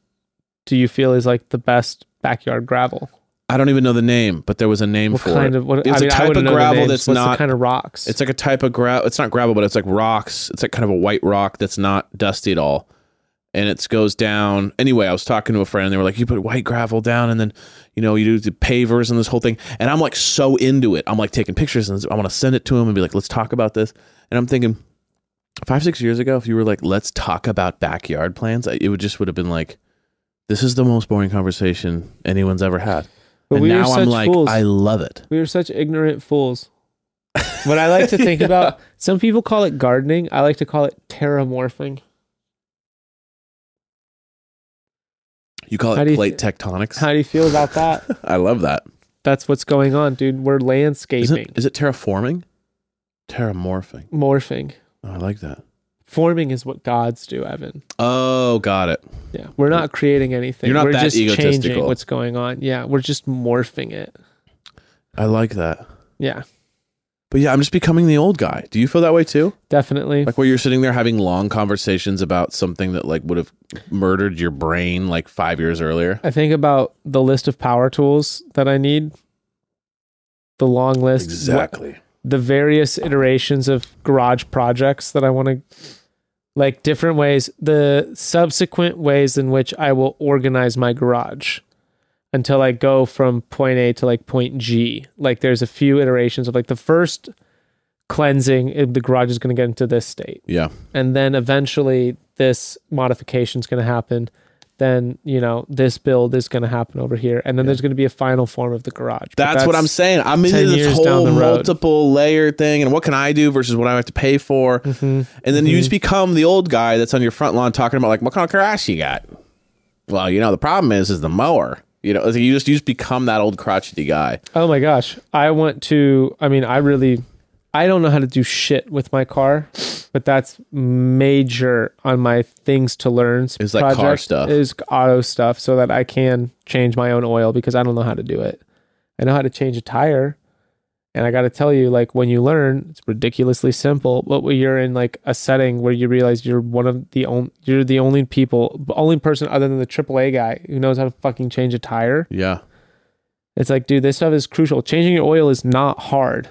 do you feel is like the best backyard gravel?
I don't even know the name, but there was a name
What
for
kind
it.
of what?
it's
I mean,
a
I
type
wouldn't
of
know the
gravel
names.
that's
What's
not
the kind of rocks.
It's like a type of gravel. It's not gravel, but it's like rocks. It's like kind of a white rock that's not dusty at all. And it goes down. Anyway, I was talking to a friend and they were like, you put white gravel down and then, you know, you do the pavers and this whole thing. And I'm like so into it. I'm like taking pictures and I want to send it to him and be like, let's talk about this. And I'm thinking, five, six years ago, if you were like, let's talk about backyard plans, I- it would just would have been like, this is the most boring conversation anyone's ever had.
But
and
we were
now I'm
such
like,
fools.
I love it.
We were such ignorant fools. What I like to think about, some people call it gardening. I like to call it terramorphing.
You call
How
it
do you-
plate tectonics.
How do you feel about that?
I love that.
That's what's going on, dude. We're
Is
landscaping,
it, is it terraforming? Terramorphing.
morphing.
Oh, I like that.
Forming is what gods do, Evan.
Oh, got it.
Yeah. We're not creating anything.
You're not
we're
that
just changing
egotistical.
what's going on. Yeah. We're just morphing it.
I like that.
Yeah.
But yeah, I'm just becoming the old guy. Do you feel that way too?
Definitely.
Like where you're sitting there having long conversations about something that like would have murdered your brain like five years earlier.
I think about the list of power tools that I need. The long list. What- the various iterations of garage projects that I want to like different ways, the subsequent ways in which I will organize my garage until I go from point A to like point G. Like there's a few iterations of like the first cleansing, eh, the garage is going to get into this state.
Yeah.
And then eventually this modification is going to happen. then you know this build is going to happen over here, and then there's going to be a final form of the garage. But
That's, what I'm saying. I'm into
10
this
years
whole
down the road.
multiple layer thing and what can I do versus what I have to pay for.
Mm-hmm.
And then you just become the old guy that's on your front lawn talking about like what kind of garage you got. Well, you know, the problem is is the mower. You know, it's like you just you just become that old crotchety guy.
Oh my gosh. I want to I mean, I really I don't know how to do shit with my car, but that's major on my things to learn.
Is that car stuff?
Is auto stuff so that I can change my own oil because I don't know how to do it. I know how to change a tire. And I got to tell you, like when you learn, it's ridiculously simple. But when you're in like a setting where you realize you're one of the only, you're the only people, only person other than the AAA guy who knows how to fucking change a tire.
Yeah.
It's like, dude, this stuff is crucial. Changing your oil is not hard.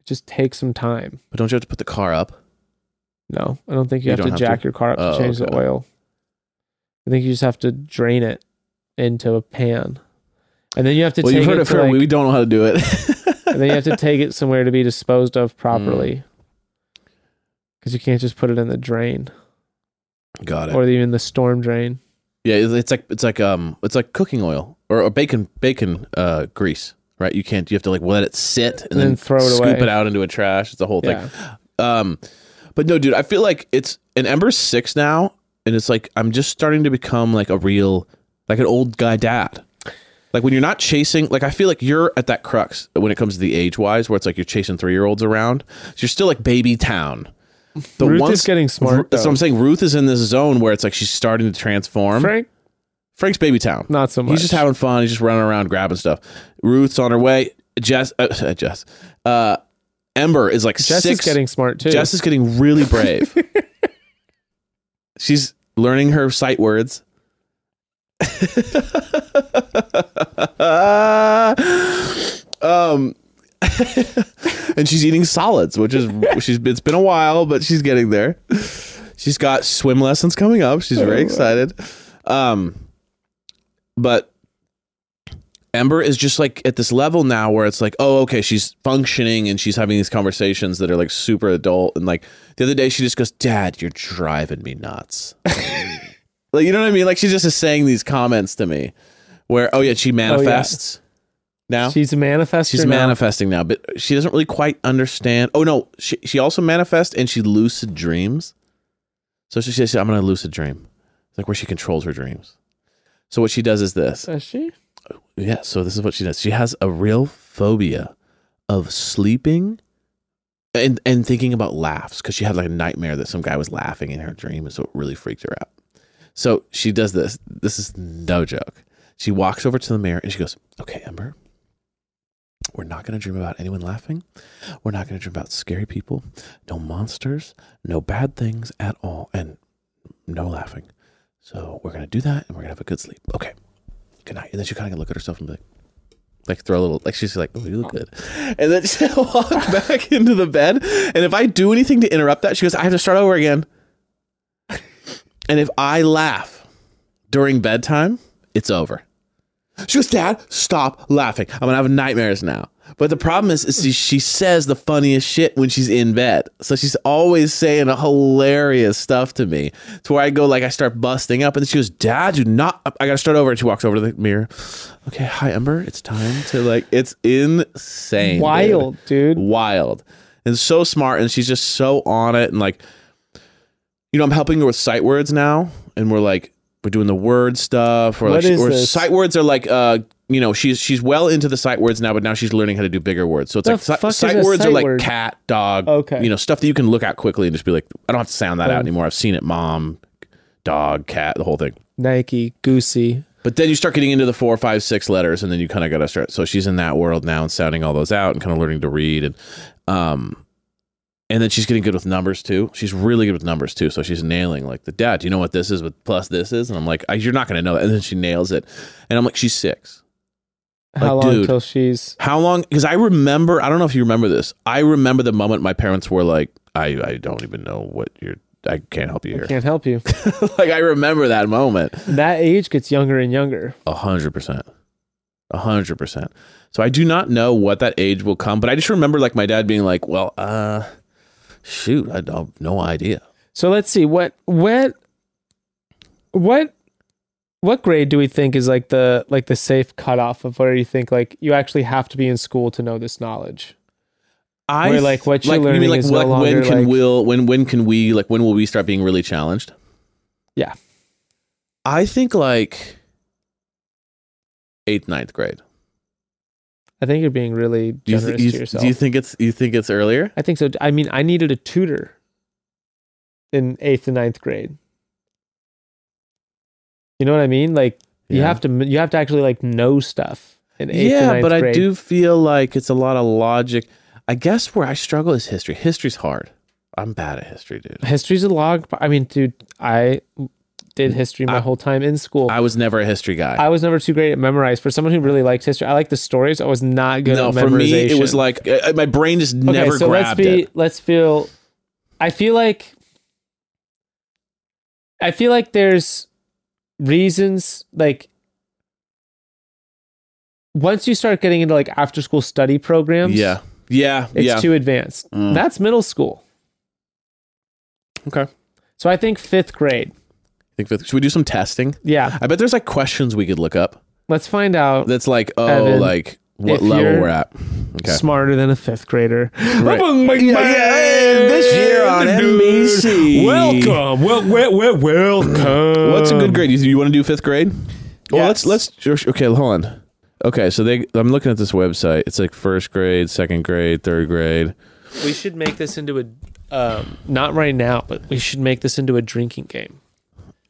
It just takes some time.
But don't you have to put the car up?
No, I don't think you,
You
have to
don't have
jack
to?
your car up to
Oh,
change
okay.
the oil. I think you just have to drain it into a pan. And then you have to
well,
take
you've heard
it,
it
to
from
like,
we don't know how to do it.
and then you have to take it somewhere to be disposed of properly.
Hmm.
Cuz you can't just put it in the drain
Got it.
or even the storm drain.
Yeah, it's, it's like it's like um it's like cooking oil or, or bacon bacon uh grease, right? You can't you have to like let it sit and,
And
then,
then throw it
scoop
away.
it out into a trash. It's a whole
Yeah.
thing. Um but no, dude, I feel like it's an Ember's 6 now and it's like I'm just starting to become like a real like an old guy dad. Like when you're not chasing, like I feel like you're at that crux when it comes to the age wise, where it's like you're chasing three year olds around. So you're still like baby town. But
Ruth is getting smart,
Ru- that's what
though.
I'm saying. Ruth is in this zone where it's like she's starting to transform.
Frank,
Frank's baby town.
not so much.
He's just having fun. He's just running around grabbing stuff. Ruth's on her way. Jess, uh, Jess, uh, Ember is like
Jess
six.
is getting smart too.
Jess is getting really brave. She's learning her sight words. um, and she's eating solids, which is she's it's been a while, but she's getting there. She's got swim lessons coming up. She's
Oh,
very excited. Um, but Ember is just like at this level now where it's like, oh, okay, she's functioning and she's having these conversations that are like super adult. And like the other day, she just goes, "Dad, you're driving me nuts." like you know what I mean? Like she just is saying these comments to me, where oh yeah, she manifests now.
She's a manifester.
She's
now.
manifesting now, but she doesn't really quite understand. Oh no, she she also manifests and she lucid dreams. So she says, "I'm going to lucid dream," it's like where she controls her dreams. So what she does is this.
Is she?
Yeah, so this is what she does. She has a real phobia of sleeping and and thinking about laughs because she had like a nightmare that some guy was laughing in her dream, and so it really freaked her out. So she does this. This is no joke. She walks over to the mirror and she goes, "Okay, Ember, we're not going to dream about anyone laughing. We're not going to dream about scary people, no monsters, no bad things at all, and no laughing. So we're going to do that, and we're going to have a good sleep. Okay." good night. And then she kind of look at herself and be like, like throw a little, like she's like, oh, you look good. And then she'll walk back into the bed. And if I do anything to interrupt that, she goes, I have to start over again. And if I laugh during bedtime, it's over. She goes, Dad, stop laughing. I'm gonna have nightmares now. But the problem is, is she, she says the funniest shit when she's in bed. So she's always saying hilarious stuff to me. To where I go, like I start busting up, and then she goes, "Dad, do not." I gotta start over. And she walks over to the mirror. Okay, hi Ember. It's time to like. It's insane. dude.
Wild, dude.
Wild, and so smart, and she's just so on it, and like you know, I'm helping her with sight words now, and we're like we're doing the word stuff. Or
What
like, she-
is
or
this?
sight words are like uh, you know, she's she's well into the sight words now, but now she's learning how to do bigger words. So it's
The
like si-
fuck is
sight
a
words are
sight
like
word?
cat, dog,
Okay.
you know, stuff that you can look at quickly and just be like, I don't have to sound that out
Um,
anymore. I've seen it, mom, dog, cat, the whole thing.
Nike, Goosey.
But then you start getting into the four, five, six letters, and then you kind of got to start. So she's in that world now and sounding all those out and kind of learning to read and, um, and then she's getting good with numbers too. She's really good with numbers too. So she's nailing like the dad. Do you know what this is? With plus this is, and I'm like, I, you're not going to know that. And then she nails it, and I'm like, she's six.
How
Like,
long
dude.
till she's
How long? Because I remember. I don't know if you remember this. I remember the moment my parents were like, I, I don't even know what you're. I can't help you
I
here.
can't help you.
like I remember that moment.
that age gets younger and younger.
A hundred percent. A hundred percent. So I do not know what that age will come, but I just remember like my dad being like, Well, uh shoot, I don't no idea.
So let's see what what what what grade do we think is like the like the safe cutoff of where you think like you actually have to be in school to know this knowledge?
I
Where, like, what you're
you mean,
learning
like,
is
like
no
when
longer,
can
like-
will when when can we like when will we start being really challenged?
Yeah.
I think like eighth ninth grade.
I think you're being really
Do you,
generous
th- you
to
th-
yourself.
do you think it's you think it's earlier?
I think so. I mean, I needed a tutor in eighth and ninth grade. You know what I mean? Like you
Yeah.
have to you have to actually like know stuff in eighth and
yeah,
ninth
but I
grade.
do feel like it's a lot of logic. I guess where I struggle is history. History's hard. I'm bad at history, dude.
History's a log. I mean, dude, I did history my
I-
whole time in school.
I was never a history guy.
I was never too great at memorize. For someone who really likes history, I like the stories. I was not good
no,
at memorization.
for me it was like uh, my brain just never grabbed
let's be,
it.
Let's feel. I feel like. I feel like there's reasons like. Once you start getting into like after school study programs,
Yeah, yeah,
it's
yeah.
too advanced.
Mm.
That's middle school.
okay, I
So I think fifth grade.
think fifth. Should we do some testing?
Yeah,
I bet there's like questions we could look up.
let's find out.
That's like, oh,
Evan,
like what
if
level
you're
we're at. Okay.
Smarter than a fifth grader.
Right.
Among my friends, dude. Welcome, well, well, well, welcome.
What's a good grade? You, you want to do fifth grade? Well, let's
Um, Yes.
let's okay. Hold on. Okay, so they I'm looking at this website. It's like first grade, second grade, third grade.
We should make this into a um, not right now, but we should make this into a drinking game.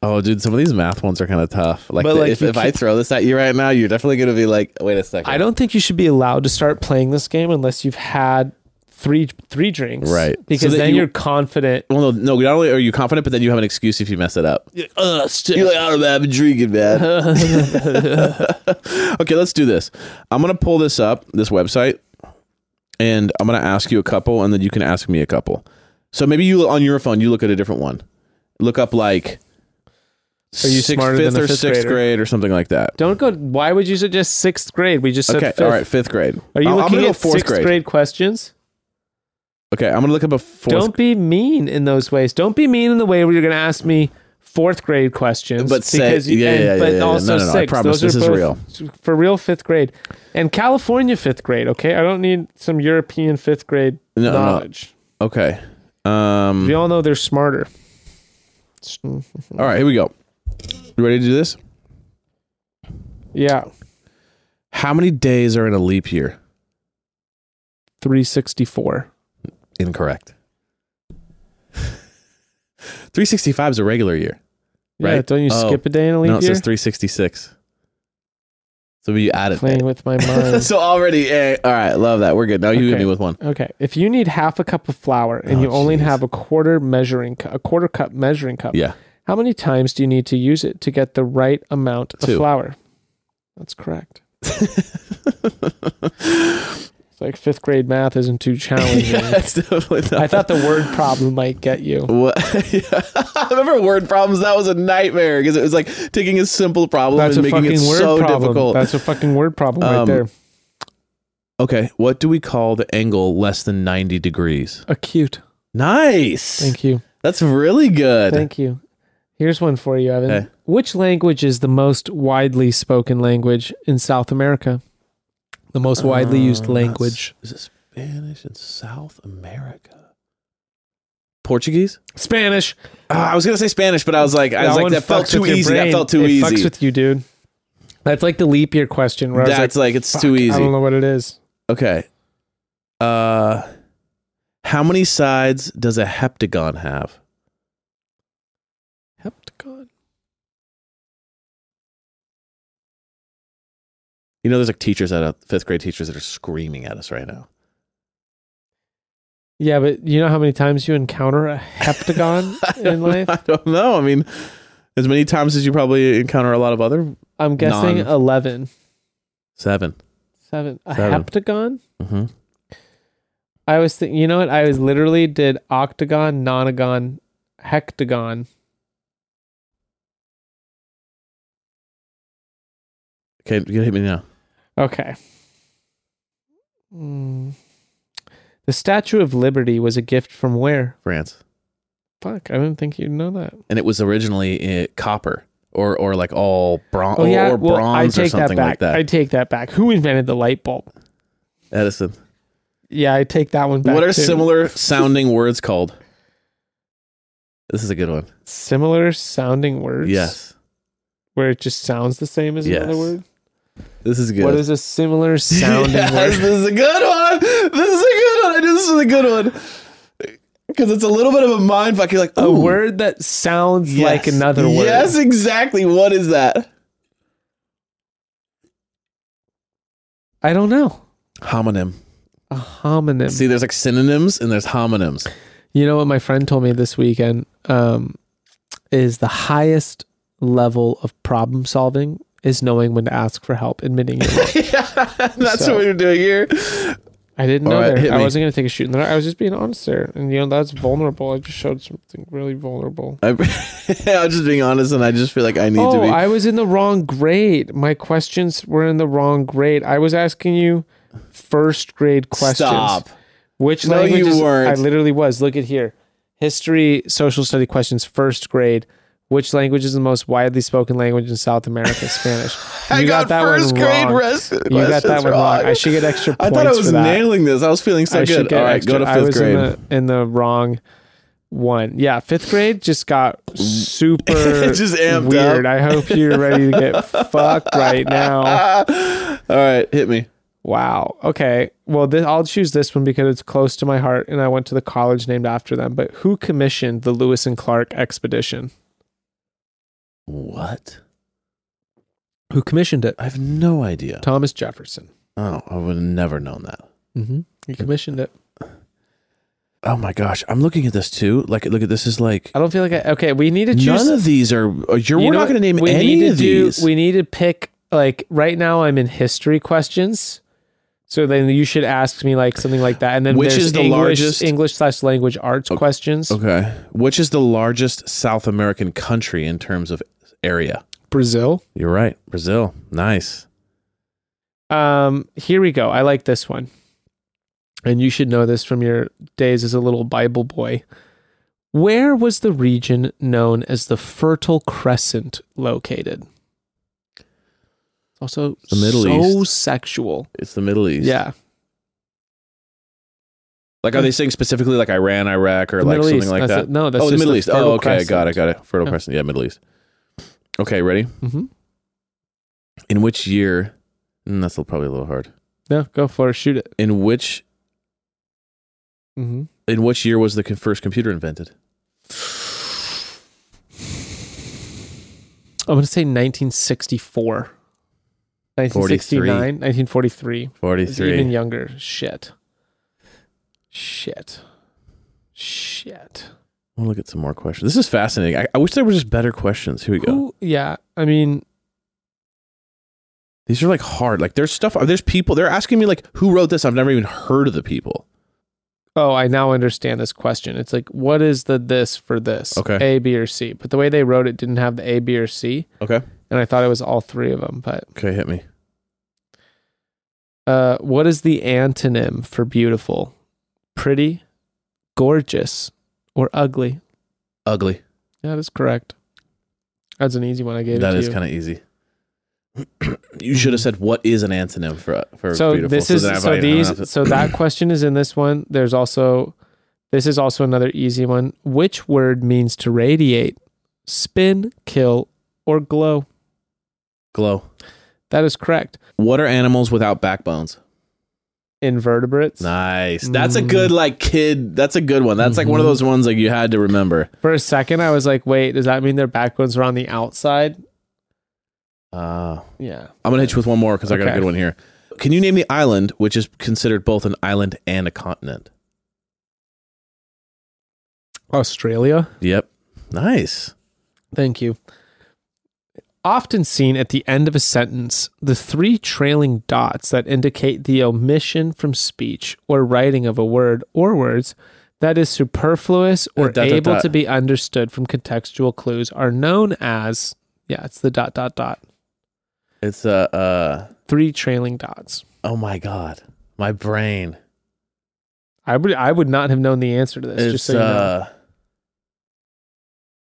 Oh, dude, some of these math ones are kind of tough. Like,
But,
the-
like,
if,
you
if I
can't-
throw this at you right now, you're definitely gonna be like, wait a second.
I don't think you should be allowed to start playing this game unless you've had three three drinks,
Right. So
Because
that
then
you-
you, are confident.
Well, no, no. Not only are you confident, but then you have an excuse if you mess it up.
Uh, still.
You're like, oh, man, I've been drinking, man. okay, let's do this. I'm gonna pull this up, this website, and I'm gonna ask you a couple, and then you can ask me a couple. So maybe you on your phone, you look at a different one. Look up like
Are you
sixth,
smarter
fifth
than a
or
fifth
sixth
grader?
grade or something like that.
Don't go. Why would you suggest sixth grade? We just said
okay,
fifth.
all right, fifth grade.
Are you
I'm- I'm
looking
gonna go
at sixth grade, questions?
Okay, I'm gonna look up a 4th
Don't be mean in those ways. Don't be mean in the way where you're going to ask me fourth grade questions.
But say- yeah, yeah, yeah,
but
yeah.
also
No, no, no, I
sixth.
promise
Those are
this is
both
real.
For real fifth grade. And California fifth grade, okay? I don't need some European fifth grade
No, no.
knowledge.
Okay. Um,
We all know they're smarter.
all right, here we go. You ready to do this?
Yeah.
How many days are in a leap year?
364.
Incorrect. 365 is a regular year.
Yeah,
Right.
don't you
Oh.
skip a day in a leap
no, it
year?
says 366. So you added
Playing with my mind.
so already, eh, all right, love that. We're good. Now you hit
Okay.
me with one.
Okay, if you need half a cup of flour and
Oh,
you only
jeez.
have a quarter measuring cu- a quarter cup measuring cup,
Yeah.
How many times do you need to use it to get the right amount of
Two.
flour? That's correct. It's like fifth grade math isn't too challenging.
yeah, that's definitely not.
I thought the word problem might get you.
What? Yeah. I remember word problems. That was a nightmare because it was like taking a simple problem
That's a
and making
fucking
it
word
so
problem.
difficult.
That's a fucking word problem
Um,
right there.
okay, what do we call the angle less than 90 degrees?
Acute.
Nice.
Thank you.
That's really good.
Thank you. Here's one for you, Evan.
Hey.
Which language is the most widely spoken language in South America? The most widely used
Uh,
language.
Is it Spanish in South America? Portuguese?
Spanish.
Ah, I was gonna say Spanish, but I was like, I was
That
like,
one
that felt
fucks with
too
your
easy. That
brain.
felt too
it
easy.
Fucks with you, dude. That's like the leap year question. Where I was
That's
like,
like, it's
"Fuck,
too
I don't
easy.
know what it is.
Okay. Uh, how many sides does a heptagon have?
Heptagon.
You know, there's like teachers at a fifth grade teachers that are screaming at us right now.
Yeah, but you know how many times you encounter a heptagon in life?
I don't know. I mean, as many times as you probably encounter a lot of other
I'm guessing
None.
eleven.
seven.
Seven. A
Seven.
heptagon?
Mm-hmm.
I was thinking, you know what? I was literally did octagon, nonagon, hectagon.
Okay, you hit me now.
Okay. Mm. The Statue of Liberty was a gift from where?
France.
Fuck, I didn't think you'd know that.
and it was originally uh, copper or or like all bron-
Oh yeah,
or
well, I
bronze or
take that
something
back.
like that.
I take that back. Who invented the light bulb?
Edison.
Yeah, I take that one back.
what are
too.
similar sounding words called? This is a good one.
similar sounding words?
Yes.
where it just sounds the same as another
Yes.
word.
This is good.
What is a similar sounding
Yes,
word?
this is a good one. This is a good one. I knew this was a good one. Because it's a little bit of a mind fuck. You're like,
A
ooh,
word that sounds
yes.
like another word.
Yes, exactly. What is that?
I don't know.
Homonym.
A homonym.
See, there's like synonyms and there's homonyms.
You know what my friend told me this weekend um, is the highest level of problem solving is knowing when to ask for help, admitting you're wrong.
That's
So-
what we're doing here.
I didn't know
All right,
there.
Oh, hit
I
me.
wasn't going to take a shoot in the dark. I was just being honest there, and you know that's vulnerable. I just showed something really vulnerable.
I, I'm just being honest, and I just feel like I need to
Oh,
be.
I was in the wrong grade. My questions were in the wrong grade. I was asking you first grade questions.
Stop.
Which
No,
languages?
you weren't.
I literally was. Look at here. History, social study questions, first grade. Which language is the most widely spoken language in South America? Spanish.
I got, first grade rest.
You got that one wrong. I should get extra
I
points
thought I was
for that.
nailing this. I was feeling so
I should
good.
get
All right,
extra.
go to
I
fifth
was
grade.
In, the, in the wrong one. Yeah, fifth grade just got super
It just amped
weird.
up.
I hope you're ready to get fucked right now.
All right, hit me.
Wow. Okay. Well, this, I'll choose this one because it's close to my heart, and I went to the college named after them. But who commissioned the Lewis and Clark expedition?
What?
Who commissioned it?
I have no idea.
Thomas Jefferson.
Oh, I would have never known that.
Mm-hmm. He commissioned it.
Oh my gosh, I'm looking at this too. Like, look at this is like
I don't feel like I. Okay, we need to choose.
none of these are. uh, You're
You
we're
know
not going
what?
to name
we
any
need to
of
do-
these.
We need to pick. Like right now, I'm in history questions. So then you should ask me like something like that, and then
Which
there's
is the
English,
largest-
English slash language arts questions?
okay, which is the largest South American country in terms of area?
Brazil.
You're right, Brazil. Nice.
Um, here we go. I like this one. And you should know this from your days as a little Bible boy. Where was the region known as the Fertile Crescent located? Also,
The Middle
so
East.
sexual.
It's the Middle East.
Yeah,
Like, are they saying specifically like Iran, Iraq, or
the
like
Middle
something
East.
like
That's
that?
it. No, that's
oh, the
just
Middle
the
East. Oh, okay,
Fertile
got it, got it. Fertile
Yeah.
Crescent. Yeah, Middle East. Okay, ready?
Mhm.
In which year? Mm, that's probably a little hard.
No, go for it. Shoot it.
In which
Mm-hmm.
in which year was the co- first computer invented?
I'm going to say 1964. 1969, 1943.
Forty
It's even
three.
younger. Shit. Shit. Shit.
We'll look at some more questions. This is fascinating. I, I wish there were just better questions. Here we go.
Who? Yeah. I mean,
These are like hard. Like there's stuff. There's people. They're asking me like, who wrote this? I've never even heard of the people.
oh, I now understand this question. It's like, what is the this for this?
Okay.
A, B, or C. But the way they wrote it didn't have the A, B, or C.
Okay.
And I thought it was all three of them. But
Okay, hit me.
uh, what is the antonym for beautiful? Pretty, gorgeous, or ugly?
Ugly.
That is correct. That's an easy one. I gave it
That
to
is
you.
kind of easy. you should have said what is an antonym for for
so
beautiful.
this is
then I- I
so
don't have
these
to-
so that question is in this one there's also this is also another easy one which word means to radiate spin kill or glow
glow.
that is correct
What are animals without backbones?
invertebrates
Nice. That's a
Mm.
good like kid. That's a good one. That's like one of
Mhm.
those ones like you had to remember.
for a second i was like wait does that mean their backbones are on the outside
Uh,
yeah
I'm gonna hit you with one more because I got
Okay.
a good one here. Can you name the island which is considered both an island and a continent?
australia
Yep. Nice.
thank you often seen at the end of a sentence the three trailing dots that indicate the omission from speech or writing of a word or words that is superfluous or
Uh, dot, dot,
able
dot.
to be understood from contextual clues are known as yeah it's the dot dot dot
It's uh, uh
three trailing dots
oh my god. My brain. uh,
i would i would not have known the answer to this
It's
just so you know
uh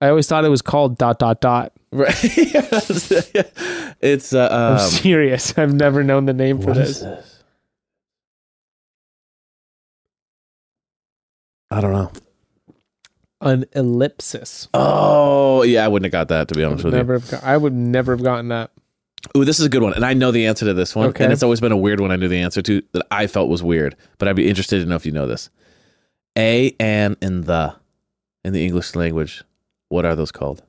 I always thought it was called dot dot dot.
Right. it's
I'm
uh, um,
serious. I've never known the name for
what is
this.
this? I don't know.
An ellipsis.
Oh yeah, I wouldn't have got that to be honest with
Never have got, I would never have gotten that.
you. Ooh, this is a good one, and I know the answer to this one,
Okay.
and it's always been a weird one. I knew the answer to that I felt was weird, but I'd be interested to know if you know this. A and and the in the English language, what are those called?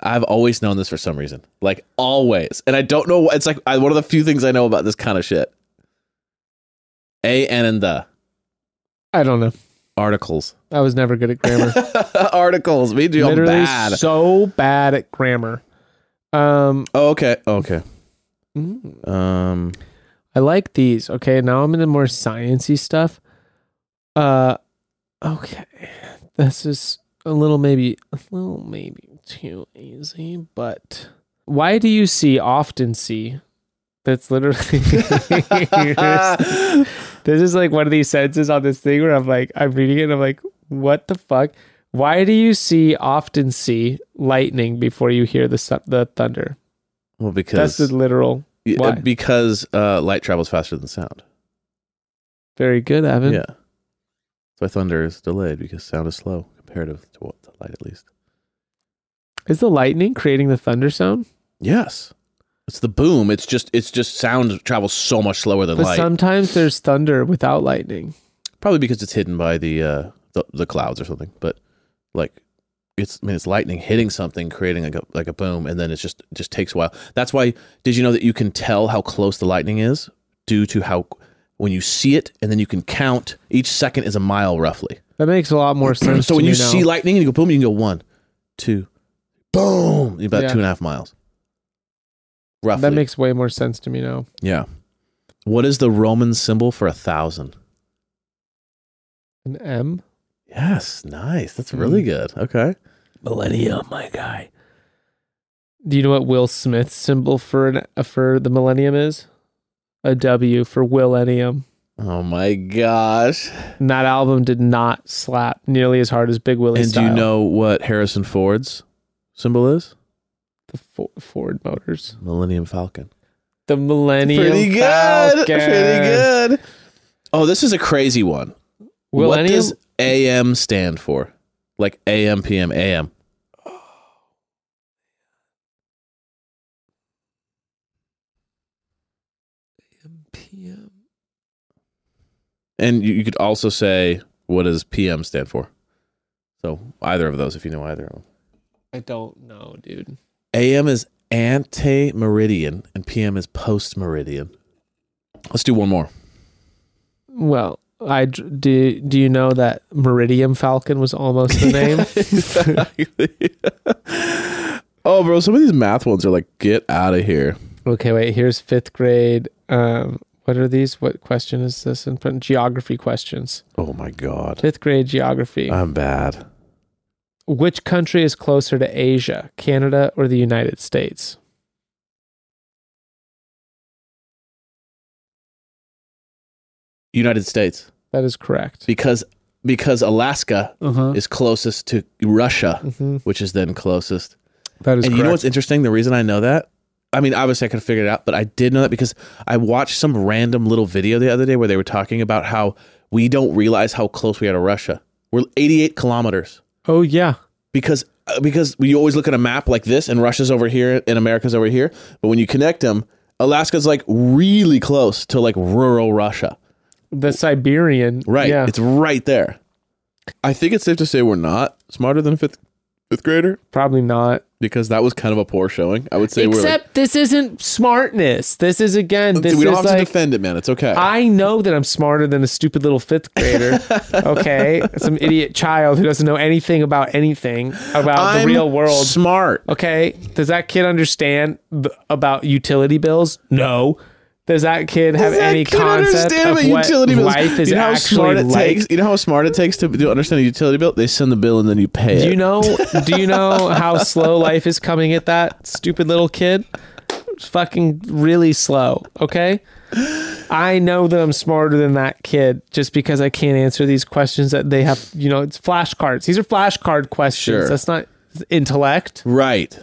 I've always known this for some reason, like always, and I don't know. It's like I, one of the few things I know about this kind of shit. A and and the
I don't know.
articles,
I was never good at grammar.
articles. Me too. I'm
Literally
bad.
so bad at grammar. Um,
oh, okay. Okay.
mm,
Um.
I like these. Okay, now I'm into more sciencey stuff. Uh, okay, this is a little maybe a little maybe too easy, but why do you see often see? That's literally this is like one of these sentences on this thing where I'm like I'm reading it and I'm like what the fuck? Why do you see often see lightning before you hear the su- the thunder?
Well,
That's
because
the literal.
Yeah,
Why?
because uh, light travels faster than sound.
Very good, Evan.
Yeah. So thunder is delayed because sound is slow comparative to what the light, at least.
Is the lightning creating the thunder sound?
Yes. It's the boom. It's just it's just sound travels so much slower than
But
light.
sometimes there's thunder without lightning.
Probably because it's hidden by the, uh, the the clouds or something. But like it's I mean it's lightning hitting something, creating like a like a boom, and then it's just it just takes a while. That's why did you know that you can tell how close the lightning is due to how when you see it and then you can count each second is a mile roughly.
That makes a lot more sense.
so
to
when
me
you
now.
see lightning and you go boom, you can go one, two, boom, about
Yeah.
two and a half miles. Roughly.
that makes way more sense to me now.
yeah. What is the Roman symbol for a thousand?
An M.
Yes, nice. That's
Mm-hmm.
really good. Okay.
Millennium, my guy. Do you know what Will Smith's symbol for an, uh, for the millennium is? A W for Willennium.
Oh my gosh.
And that album did not slap nearly as hard as Big Willie.
and do you know what Harrison Ford's symbol is?
the Fo- Ford Motors?
Millennium Falcon.
The Millennium.
Pretty good.
Falcon.
Pretty good. Oh, this is a crazy one. What
Millennium.
does AM stand for? Like AM, PM, AM.
PM.
And you, you could also say, what does PM stand for? So either of those, if you know either of them.
I don't know, dude.
AM is ante meridian and PM is post meridian. Let's do one more.
Well, I d- do. Do you know that Meridium Falcon was almost the name?
oh, bro, some of these math ones are like, get out of here.
okay, wait. Here's fifth grade. Um, what are these? What question is this? In front geography questions.
Oh my God.
Fifth grade geography.
I'm bad.
Which country is closer to Asia, Canada or the United States?
United States.
That is correct.
Because because Alaska
Uh-huh.
is closest to Russia,
Mhm.
which is then closest
That is
and
correct.
you know what's interesting? The reason I know that, I mean, obviously I could have figured it out, but I did know that because I watched some random little video the other day where they were talking about how we don't realize how close we are to Russia. We're 88 kilometers
oh yeah.
because uh, because we always look at a map like this and Russia's over here and America's over here, but when you connect them, Alaska's like really close to like rural Russia.
The Siberian.
Right.
Yeah.
It's right there. I think it's safe to say we're not smarter than a fifth fifth grader
probably not.
because that was kind of a poor showing. I would say we're like,
Except this isn't smartness. This is again. This
we don't
is
have to
like
defend it, man. It's okay.
I know that I'm smarter than a stupid little fifth grader. Okay, some idiot child who doesn't know anything about anything about the real world.
Smart.
okay, does that kid understand th- about utility bills? No. Does that kid have any concept of what life is
you know how smart
actually
it
like?
takes. You know how smart it takes to, to understand a utility bill. They send the bill and then you pay
Do
it.
you know? Do you know how slow life is coming at that stupid little kid? It's fucking really slow. Okay. I know that I'm smarter than that kid just because I can't answer these questions that they have. You know, it's flashcards. These are flashcard questions.
Sure.
That's not intellect.
Right.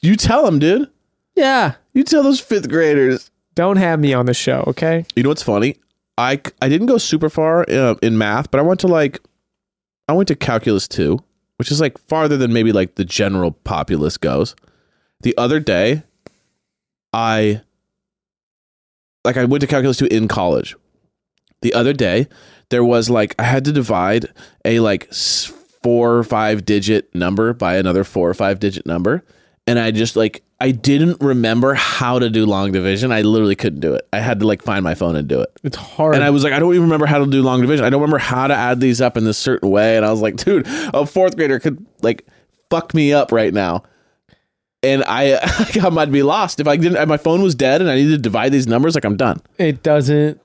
You tell them, dude.
Yeah.
You tell those fifth graders.
Don't have me on the show, okay?
You know what's funny? I, c- I didn't go super far uh, in math, but I went to like, I went to calculus two, which is like farther than maybe like the general populace goes. The other day, I, like, I went to calculus two in college. The other day, there was like, I had to divide a like s- four or five digit number by another four or five digit number. And I just like, I didn't remember how to do long division. I literally couldn't do it. I had to like find my phone and do it.
It's hard.
And I was like, I don't even remember how to do long division. I don't remember how to add these up in this certain way. And I was like, dude, a fourth grader could like fuck me up right now. And I, I might be lost if I didn't. My phone was dead, and I needed to divide these numbers. Like I'm done.
it doesn't.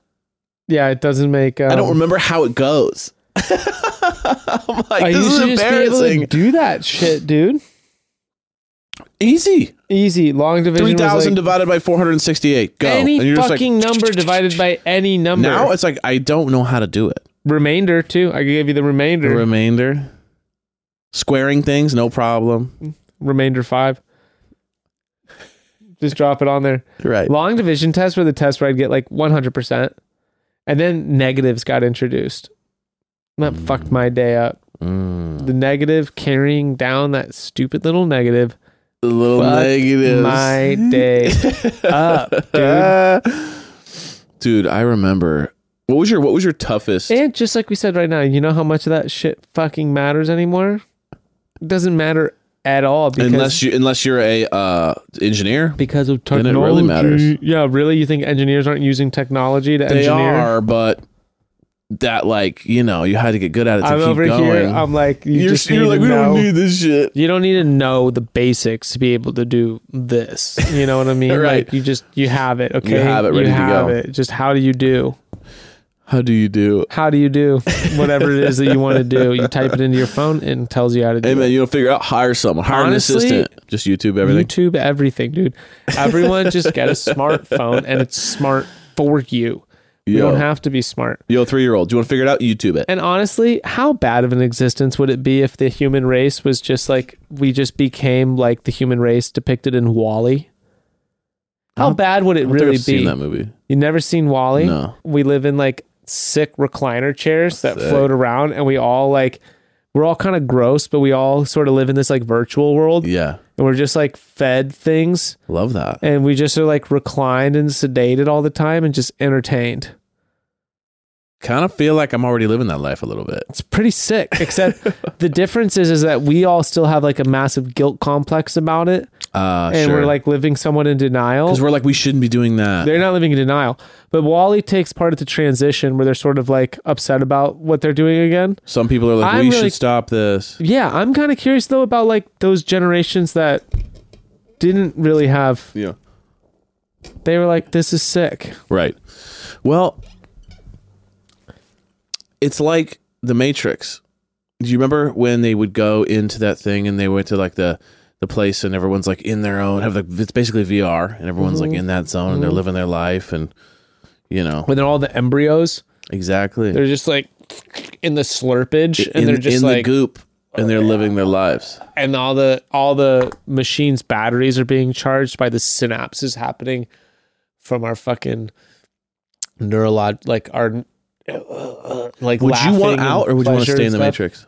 Yeah, it doesn't make. Um,
I don't remember how it goes. I'm like,
I
this
used
is
to just be able to
embarrassing.
do that shit, dude.
Easy.
Easy. Long division.
Three
was
thousand
like
divided by four hundred and sixty-eight. Go. and
Any
you're just like,
fucking number divided by any number.
Now it's like I don't know how to do it.
remainder too. I could give you the
The
remainder.
remainder, squaring things, no problem.
remainder five. Just drop it on there.
Right.
Long division tests were the tests where I'd get like 100%. And then negatives got introduced. And that fucked my day up.
Mm.
The negative carrying down that stupid little negative.
The little
fucked
negatives.
My day up, dude.
Dude, I remember. What was your What was your toughest?
And just like we said right now, you know how much of that shit fucking matters anymore? It doesn't matter at all because
Unless you Unless you're a uh, engineer,
because of
Then it
technology.
really matters.
Yeah, really? You think engineers aren't using technology to
they
engineer?
are, but that like you know you had to get good at it to
I'm
keep
over
going.
here. I'm like, you
you're
just
you're
need
like
to
we
know.
don't um, need this shit.
you don't need to know the basics to be able to do this. You know what I mean?
Right.
Like you just you have it. Okay.
have it ready to
have
go.
It. Just how do you do?
How do you do?
How do you do? Whatever it is that you want to do, you type it into your phone and it tells you how to do.
Hey man,
it.
you don't figure out. Hire someone. Hire
Honestly,
an assistant. Just YouTube everything.
YouTube everything, dude. Everyone just get a smartphone and it's smart for you. You
Yo.
don't have to be smart.
Yo, three year old, do you want to figure it out? YouTube it.
And honestly, how bad of an existence would it be if the human race was just like we just became like the human race depicted in Wally? How
don't-
bad would
I
it
don't think
really
I've seen
be?
that movie.
You never seen Wally?
No.
We live in like sick recliner chairs that
Sick.
float around and we all like we're all kind of gross, but we all sort of live in this like virtual world
Yeah,
and we're just like fed things
love that.
and we just are like reclined and sedated all the time and just entertained.
Kind of feel like I'm already living that life a little bit.
It's pretty sick. Except the difference is is that we all still have like a massive guilt complex about it,
Uh,
and
sure.
we're like living somewhat in denial.
because we're like we shouldn't be doing that.
They're not living in denial, but Wally takes part of the transition where they're sort of like upset about what they're doing again.
Some people are like,
I'm
we
really-
should stop this.
Yeah, I'm kind of curious though about like those generations that didn't really have.
Yeah.
They were like, "This is sick."
Right. Well, it's like the Matrix. Do you remember when they would go into that thing and they went to like the the place and everyone's like in their own have like it's basically VR and everyone's
Mm-hmm.
like in that zone and they're living their life and you know
When they're all the embryos,
exactly
they're just like in the slurpage, and
in,
they're just
in
like uh,
the goop and they're living their lives.
and all the all the machines batteries are being charged by the synapses happening from our fucking neurolog like our like
Would
laughing
you want
and
out or would you want
pleasure
to stay
and
in the
stuff.
Matrix?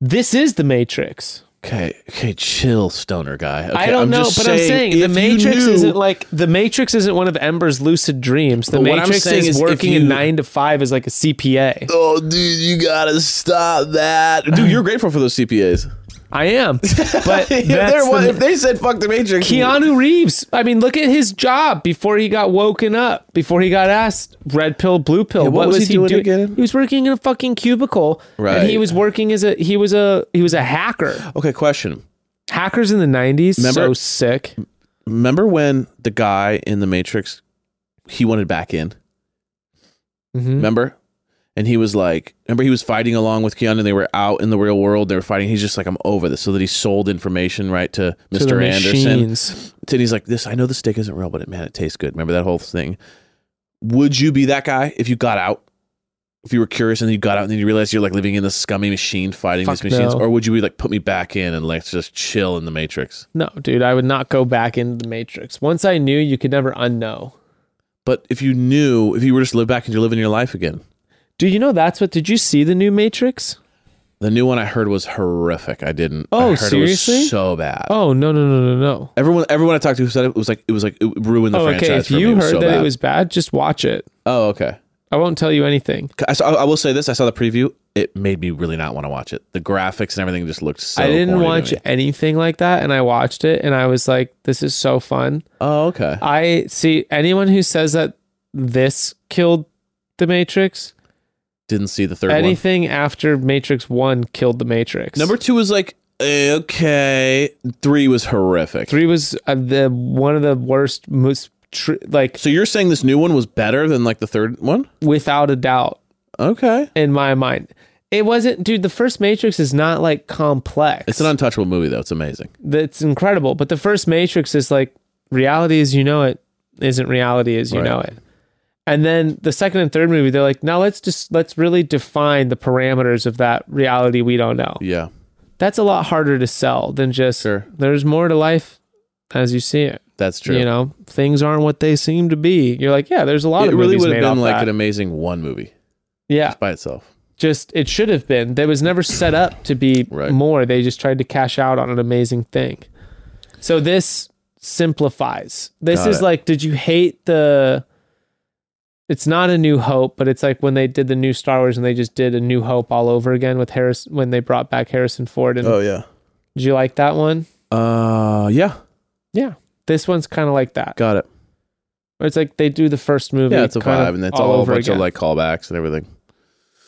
this is the matrix
Okay, okay, chill, stoner guy. Okay,
i don't
I'm
know but
just
i'm saying the
if you
matrix
knew-
isn't like the matrix isn't one of ember's lucid dreams the
But what I'm
matrix
saying
is,
is if
working a
you-
nine to five is like a cpa
Oh, dude, you gotta stop that, dude. You're grateful for those CPAs.
i am but
if,
that's
there was,
the-
if they said fuck the Matrix,
Keanu Reeves. I mean, look at his job before he got woken up, before he got asked red pill, blue pill.
Yeah,
what, was, he, doing?
again?
He was working in a fucking cubicle, and he
Right.
was working as a he was a he was a hacker.
Okay, question.
Hackers in the nineties, so
Remember-
sick.
Remember when the guy in the Matrix he wanted back in?
Mhm.
Remember? And he was like, remember he was fighting along with Keanu. They were out in the real world. They were fighting. He's just like, I'm over this. So that he sold information right to
To the
Mr. Anderson.
machines.
And he's like, this. I know the steak isn't real, but it, man, it tastes good. Remember that whole thing? Would you be that guy if you got out? If you were curious and you got out and then you realized you're like living in this scummy machine fighting
Fuck
these machines,
no.
or would you be like put me back in and like just chill in the matrix?
No, dude, I would not go back into the Matrix. Once I knew, you could never unknow.
But if you knew, if you were just live back and you're living your life again,
Do you know that's what? Did you see the new Matrix?
the new one I heard was horrific. I didn't. I
Oh,
heard It
seriously?
was so bad.
Oh no no no no no.
Everyone, everyone I talked to who said it was like it was like it ruined the
Oh,
franchise.
okay. If
for me. It
you
was
heard
so
that
bad.
it was bad, just watch it.
oh okay.
I won't tell you anything.
I, saw, I will say this: I saw the preview. It made me really not want to watch it. The graphics and everything just looked so.
I didn't
corny to
watch
me.
anything like that, and I watched it, and I was like, "This is so fun."
Oh, okay.
I see anyone who says that this killed the Matrix.
Didn't see the third one.
anything after Matrix One killed the Matrix.
Number two was like eh, okay. Three was horrific.
three was uh, the one of the worst, most tr- like
So you're saying this new one was better than like the third one?
without a doubt
Okay.
in my mind. It wasn't, dude. The first Matrix is not like complex.
It's an untouchable movie though. It's amazing.
that's incredible. But the first Matrix is like reality as you know it isn't reality as you
Right.
know it. And then the second and third movie, they're like, now let's just let's really define the parameters of that reality we don't know.
Yeah.
That's a lot harder to sell than just
Sure.
there's more to life as you see it.
That's true.
You know, things aren't what they seem to be. You're like, yeah, there's a lot
it
of
really
movies
would have
made off
been like
that.
an amazing one movie
yeah,
just by itself.
just it should have been. That was never set up to be
Right.
more. They just tried to cash out on an amazing thing. So this simplifies. This
Got
is
it.
like, did you hate the? It's not a New Hope, but it's like when they did the new Star Wars and they just did a New Hope all over again with Harris when they brought back Harrison Ford. And
yeah.
did you like that one?
Uh yeah.
Yeah, this one's kind of like that.
Got it.
Where it's like they do the first movie.
Yeah, it's a
kind of
vibe, and it's all, a
over
bunch
again.
of like callbacks and everything.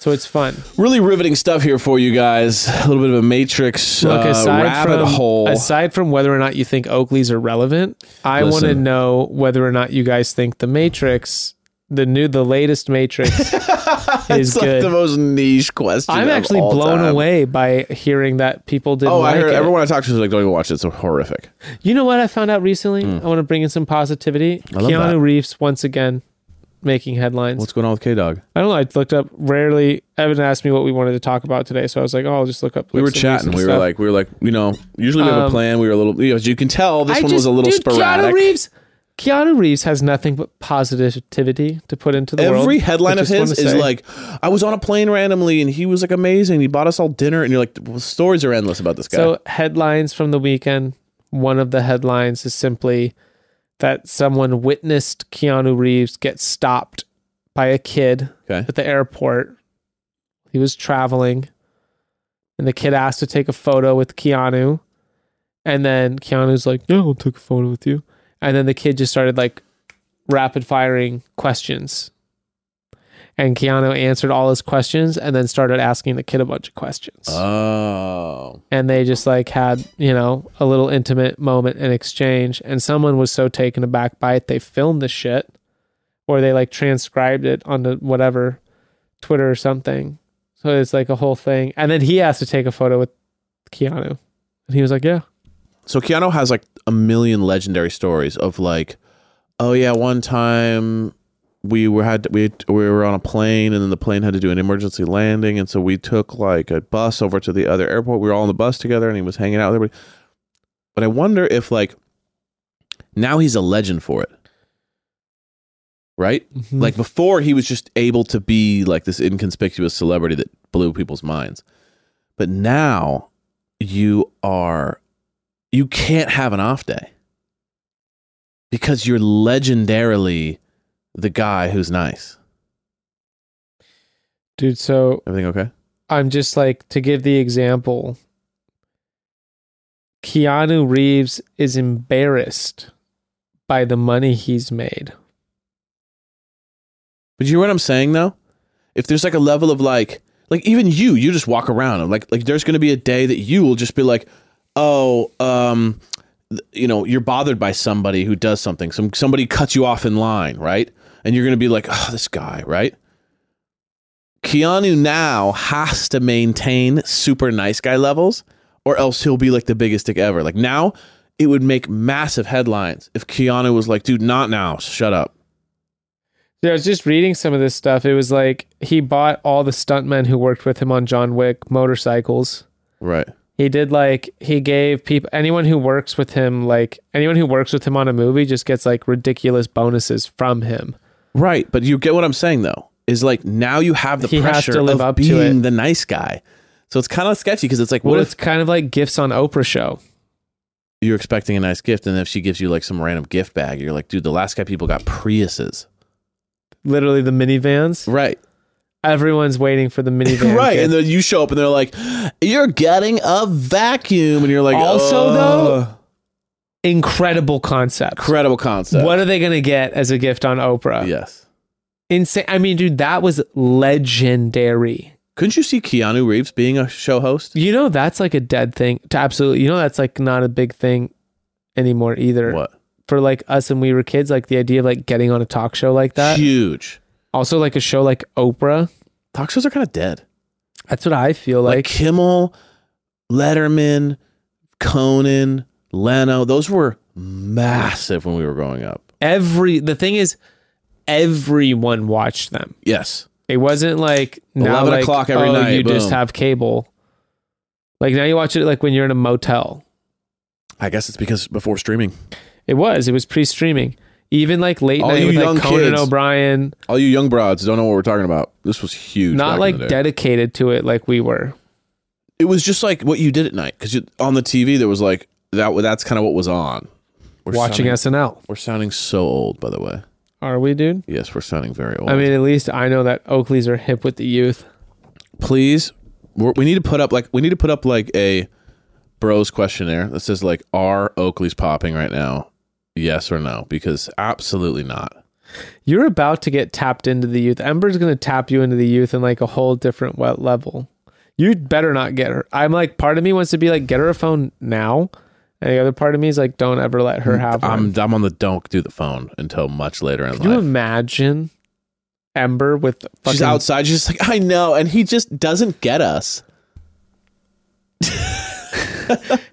So it's fun.
Really riveting stuff here for you guys. A little bit of a Matrix
Look,
uh,
aside
rabbit
from
hole.
aside from whether or not you think Oakleys are relevant, I want to
Listen.
know whether or not you guys think the Matrix, the new, the latest Matrix, is
it's like
good.
the most niche question. of
I'm actually
all
blown
time.
away by hearing that people didn't
Oh,
like
I heard
it.
everyone I talked to was like, "Don't even watch it. It's horrific."
you know what I found out recently? I want to bring in some positivity.
Hmm. I love
Keanu
that.
Reeves once again making headlines.
What's going on with K Dog?
I don't know. I looked up. Rarely, Evan asked me what we wanted to talk about today, so I was like, "Oh, I'll just look up."
We
like,
were
some
chatting.
recent
We were
stuff.
like, we were like, you know, usually we have a
Um,
plan. We were a little, you know, as you can tell, this
I
one was
just-
a little
dude, Keanu
sporadic.
Reeves, Keanu Reeves has nothing but positivity to put into the world.
Every headline
I
of
just
his
wanna
is
say.
like, "I was on a plane randomly, and he was like amazing. He bought us all dinner." And you're like, well, "Stories are endless about this guy."
So headlines from the weekend. One of the headlines is simply that someone witnessed Keanu Reeves get stopped by a kid
okay,
at the airport. He was traveling, and the kid asked to take a photo with Keanu. And then Keanu's like, Yeah, I'll take a photo with you. And then the kid just started like rapid firing questions. And Keanu answered all his questions and then started asking the kid a bunch of questions.
oh,
and they just like had, you know, a little intimate moment in exchange. And someone was so taken aback by it, they filmed the shit or they like transcribed it onto whatever Twitter or something. So it's like a whole thing. And then he has to take a photo with Keanu. And he was like, Yeah.
so Keanu has like a million legendary stories of like, oh yeah, one time we were had we we were on a plane, and then the plane had to do an emergency landing, and so we took like a bus over to the other airport. We were all on the bus together, and he was hanging out with everybody. But I wonder if like now he's a legend for it, right?
Mm-hmm.
Like before, he was just able to be like this inconspicuous celebrity that blew people's minds. But now you are, you can't have an off day because you're legendarily the guy who's nice.
Dude, so
Everything okay?
I'm just like to give the example. Keanu Reeves is embarrassed by the money he's made.
But you know what I'm saying though? If there's like a level of like like even you, you just walk around and like like there's gonna be a day that you will just be like, oh, um, th- you know, you're bothered by somebody who does something. Some somebody cuts you off in line, right? And you're gonna be like, oh, this guy, right? Keanu now has to maintain super nice guy levels, or else he'll be like the biggest dick ever. Like now, it would make massive headlines if Keanu was like, dude, not now, shut up.
Yeah, I was just reading some of this stuff. It was like he bought all the stuntmen who worked with him on John Wick motorcycles.
Right.
He did like he gave people anyone who works with him like anyone who works with him on a movie just gets like ridiculous bonuses from him.
Right. But you get what I'm saying though. Is like now you have the
He has
pressure
to live
of
up to
being
it.
the nice guy. So it's kind of sketchy because it's like,
What,
what
it's
if
kind of like gifts on Oprah show.
you're expecting a nice gift, and if she gives you like some random gift bag, you're like, dude, the last guy people got Priuses.
Literally the minivans.
Right.
Everyone's waiting for the minivan.
right.
gift.
And then you show up, and they're like, you're getting a vacuum, and you're like,
Also,
"Uh,
though- incredible concept.
incredible concept. Uh,
What are they gonna get as a gift on Oprah?
Yes.
Insane. I mean, dude, that was legendary.
Couldn't you see Keanu Reeves being a show host?
You know that's like a dead thing. To absolutely, you know that's like not a big thing anymore either.
What?
For like us when we were kids, like the idea of like getting on a talk show like that.
Huge.
Also, like a show like Oprah.
Talk shows are kind of dead.
That's what I feel
like,
like.
Kimmel, Letterman, Conan, Leno. Those were massive when we were growing up.
Every the thing is, everyone watched them.
Yes,
It wasn't like now
11
like,
o'clock every
oh,
night,
You just
boom.
have cable. Like now you watch it like when you're in a motel.
I guess it's because before streaming,
It was. It was pre-streaming. Even like late
All
night
you
with
young
like Conan
kids.
O'Brien,
all you young broads don't know what we're talking about. This was huge. back
not
in
like
the day.
dedicated to it like we were.
It was just like what you did at night because on the TV there was like that. That's kind of what was on. We're
watching
sounding,
SNL.
We're sounding so old, by the way.
Are we, dude?
Yes, we're sounding very old.
I mean, at least I know that Oakleys are hip with the youth.
please we're, we need to put up like we need to put up like a bros questionnaire that says like are oakley's popping right now yes or no because absolutely not
You're about to get tapped into the youth. Ember's going to tap you into the youth in like a whole different wet level. You better not get her. I'm like, part of me wants to be like, get her a phone now. And the other part of me is like, don't ever let her have one.
Mm, i'm i'm on the don't do the phone until much later in
Can you
life
imagine Ember with fucking
she's outside she's just like i know and he just doesn't get us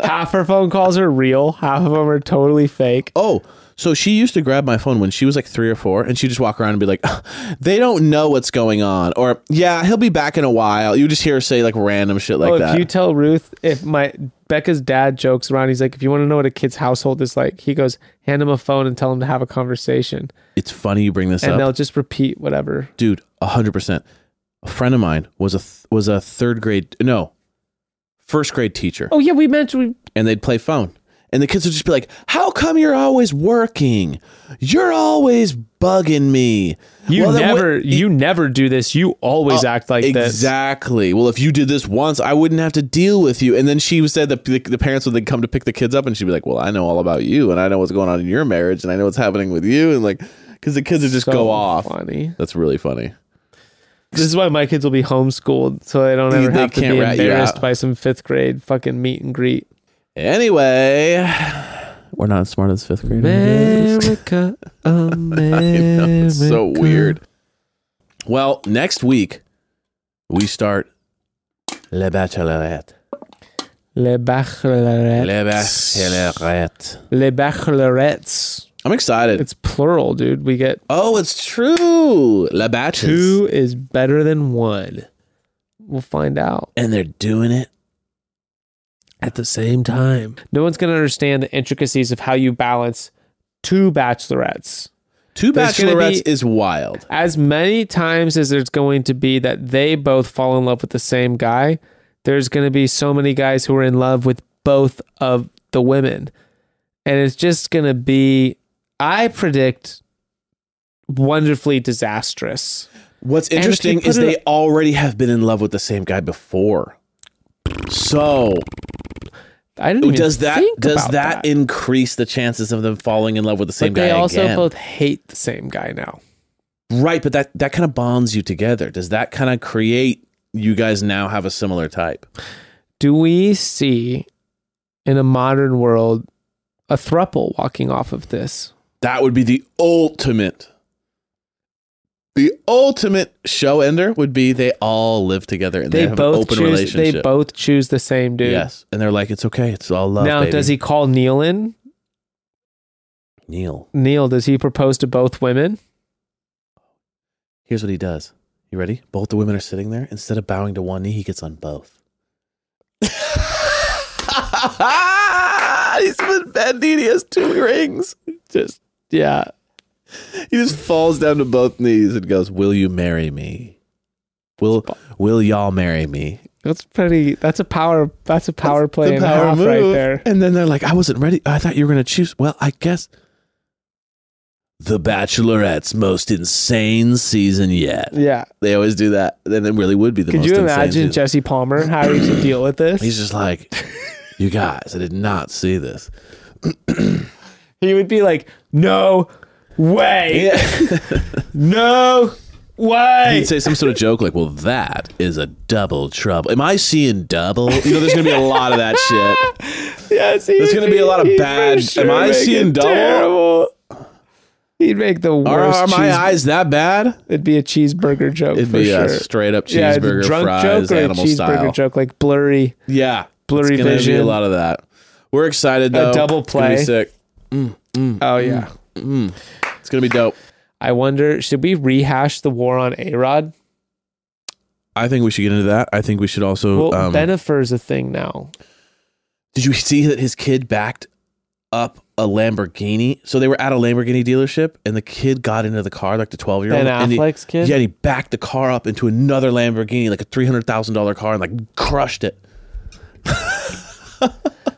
half her phone calls are real, half of them are totally fake.
oh so she used to grab my phone when she was like three or four and she'd just walk around and be like they don't know what's going on or yeah he'll be back in a while you just hear her say like random shit like
oh,
that
if you tell Ruth, if my Becca's dad jokes around, he's like, if you want to know what a kid's household is like, he goes, hand him a phone and tell him to have a conversation,
it's funny you bring this
and
up
they'll just repeat whatever.
dude, hundred percent. A friend of mine was a th- was a third grade no, first grade teacher,
Oh yeah, we mentioned
and they'd play phone, and the kids would just be like, "How come you're always working? You're always bugging me."
we, you
Well, then what- Uh,
never, you never do this. You always act like this.
exactly. Well, if you did this once, I wouldn't have to deal with you. And then she said that the, the parents would then come to pick the kids up, and she'd be like, "Well, I know all about you, and I know what's going on in your marriage, and I know what's happening with you," and like, because the kids would just
So
go off.
Funny.
That's really funny.
This is why my kids will be homeschooled, so they don't ever
They
have to be
can't rat you
embarrassed
out.
by some fifth grade fucking meet and greet.
Anyway, we're not as smart as fifth grade.
America,
I know, it's so
America.
weird. Well, next week we start Le Bachelorette.
Le Bachelorette.
Le Bachelorette.
Les Bachelorettes.
I'm excited.
It's plural, dude. We get
oh, it's true. La Batches.
two is better than one. We'll find out
And they're doing it.
at the same time. No one's going to understand the intricacies of how you balance two bachelorettes.
Two
There's gonna
Bachelorettes
be-
is wild.
As many times as there's going to be that they both fall in love with the same guy, there's going to be so many guys who are in love with both of the women. And it's just going to be, I predict, wonderfully disastrous.
What's
if you
interesting
put
is
it-
they already have been in love with the same guy before. So
I didn't even
does that
think
does
about
that, increase the chances of them falling in love with the same
but
guy
they also
again?
both hate the same guy now.
Right, but that that kind of bonds you together. Does that kind of create you guys now have a similar type?
Do we see in a modern world a thruple walking off of this?
That would be the ultimate. The ultimate show ender would be they all live together and they,
They
have an
both
open
choose.
relationship.
They both choose the same dude.
Yes, and they're like, it's okay, it's all love.
now,
baby."
does he call Neil in?
Neil?
Neil, does he propose to both women?
Here's what he does. You ready? Both the women are sitting there. Instead of bowing to one knee, he gets on both. He's been bad knee. He has two rings. Just yeah. He just falls down to both knees and goes, "Will you marry me? Will Will y'all marry me?"
That's pretty. That's a power. That's a power play
the
and a
power
half
move.
right there.
And then they're like, I wasn't ready. I thought you were going to choose. Well, I guess The Bachelorette's most insane season yet.
Yeah.
They always do that. Then it really would be the
Could
most
you
insane
imagine
season.
Jesse Palmer having to deal with this?
He's just like, you guys, I did not see this.
he would be like, "No way, no way."
He'd say some sort of joke like, well, that is a double trouble. Am I seeing double? You know, there's going to be a lot of that shit.
yes, he
There's
would
gonna be a lot of
he'd
bad-
for sure
Am I
make
seeing
it
double?
terrible. He'd make the
Are,
worst.
are my
cheese-
eyes that bad?
It'd be a cheeseburger joke
It'd
for
be
sure.
a straight up
Yeah, it's a
cheeseburger,
drunk
fries,
joke or a
animal
cheeseburger
style.
joke, like blurry.
Yeah,
Blurry
it's gonna Be a
vision.
lot of that. We're excited though.
A double
It's gonna be
play.
sick. Mm-hmm.
Oh yeah.
It's gonna be dope.
I wonder, should we rehash the war on A Rod?
I think we should get into that. I think we should also.
Well,
um,
Benefer's a thing now.
did you see that his kid backed up a Lamborghini? So they were at a Lamborghini dealership, and the kid got into the car, like the twelve-year-old.
Ben
and he-
Affleck's kid.
Yeah, and he backed the car up into another Lamborghini, like a three hundred thousand dollar car, and like crushed it.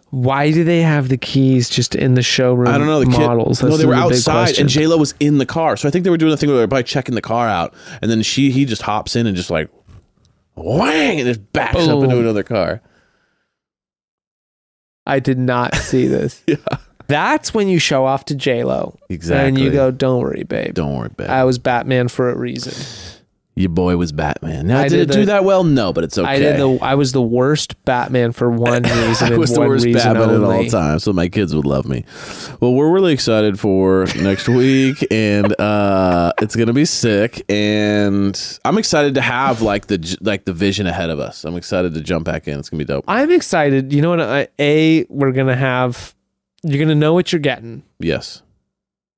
Why do they have the keys just in the showroom?
I don't know the
models.
Kid, no,
That's
they were
the big
outside,
question.
and J Lo was in the car. So I think they were doing the thing where they were probably checking the car out, and then she he just hops in and just like whang, and just backs up into
Boom.
another car.
I did not see this.
Yeah.
That's when you show off to J Lo
Exactly.
and you go, "Don't worry, babe.
don't worry, babe.
I was Batman for a reason.
Your boy was Batman. Now,
I
did,
did
it
the-
do that well? No, but it's okay.
I did the. I was the worst Batman for one reason.
I
and
was the
one
worst
reason
Batman at all
only.
times, so my kids would love me. Well, we're really excited for next week, and uh, it's gonna be sick. And I'm excited to have like the j- like the vision ahead of us. I'm excited to jump back in. It's gonna be dope.
I'm excited. You know what? I, a we're gonna have. You're gonna know what you're getting.
Yes.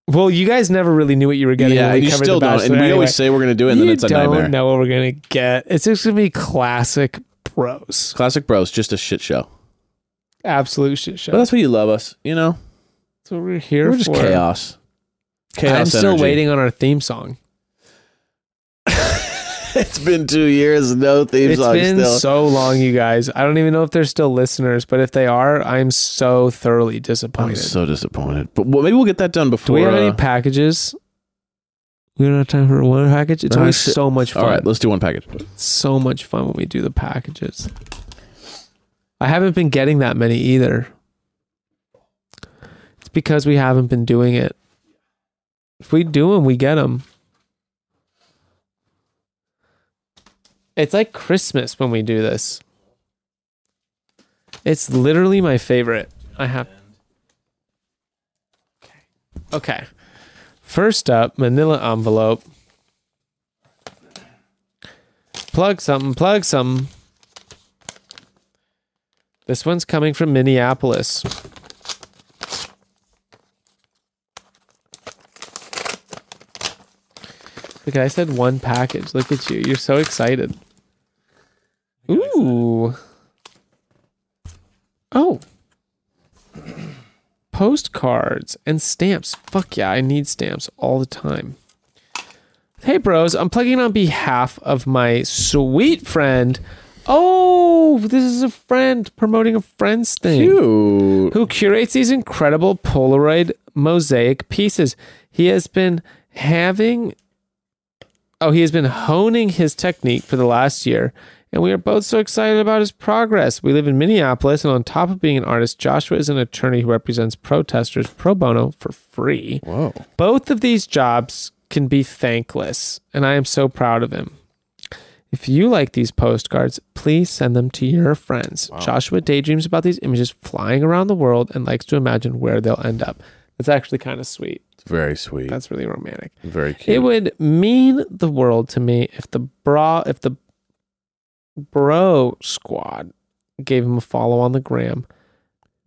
Well, you guys never really knew what you were getting.
yeah,
when
and
we
you
covered
still
the
don't. And
Bachelor
we
anyway.
always say we're gonna do it, and then
you
it's a
don't
nightmare.
know what we're gonna get. It's just gonna be classic bros,
Classic Bros, just a shit show.
absolute shit show.
But that's why you love us, you know.
That's what we're here
We're just
for.
chaos. Chaos.
I'm still
energy.
waiting on our theme song.
It's been two years, no theme
It's
song
been
still.
so long, you guys. I don't even know if they're still listeners, but if they are, I'm so thoroughly
I'm
disappointed.
so disappointed. But well, maybe we'll get that done
Do
before.
we have
uh,
any packages? We don't have time for one package. It's
Oh,
always
shit.
so much fun.
all right, let's do one package.
so much fun when we do the packages. I haven't been getting that many either. It's because we haven't been doing it. If we do them, we get them. It's like Christmas when we do this. It's literally my favorite. I have. Okay. First up, manila envelope. Plug something, plug something. This one's coming from Minneapolis. Look, I said one package. Look at you. You're so excited. Ooh. Oh. Postcards and stamps. Fuck yeah, I need stamps all the time. Hey, bros, I'm plugging on behalf of my sweet friend. Oh, this is a friend promoting a friend's thing
Cute.
who curates these incredible Polaroid mosaic pieces. He has been having, oh, he has been honing his technique for the last year, and we are both so excited about his progress. We live in Minneapolis, and on top of being an artist, Joshua is an attorney who represents protesters pro bono for free.
Whoa.
Both of these jobs can be thankless, and I am so proud of him. If you like these postcards, please send them to your friends. Joshua daydreams about these images flying around the world and likes to imagine where they'll end up. That's actually kind of sweet.
It's very sweet.
That's really romantic.
very cute.
It would mean the world to me if the bra if the bro squad gave him a follow on the gram.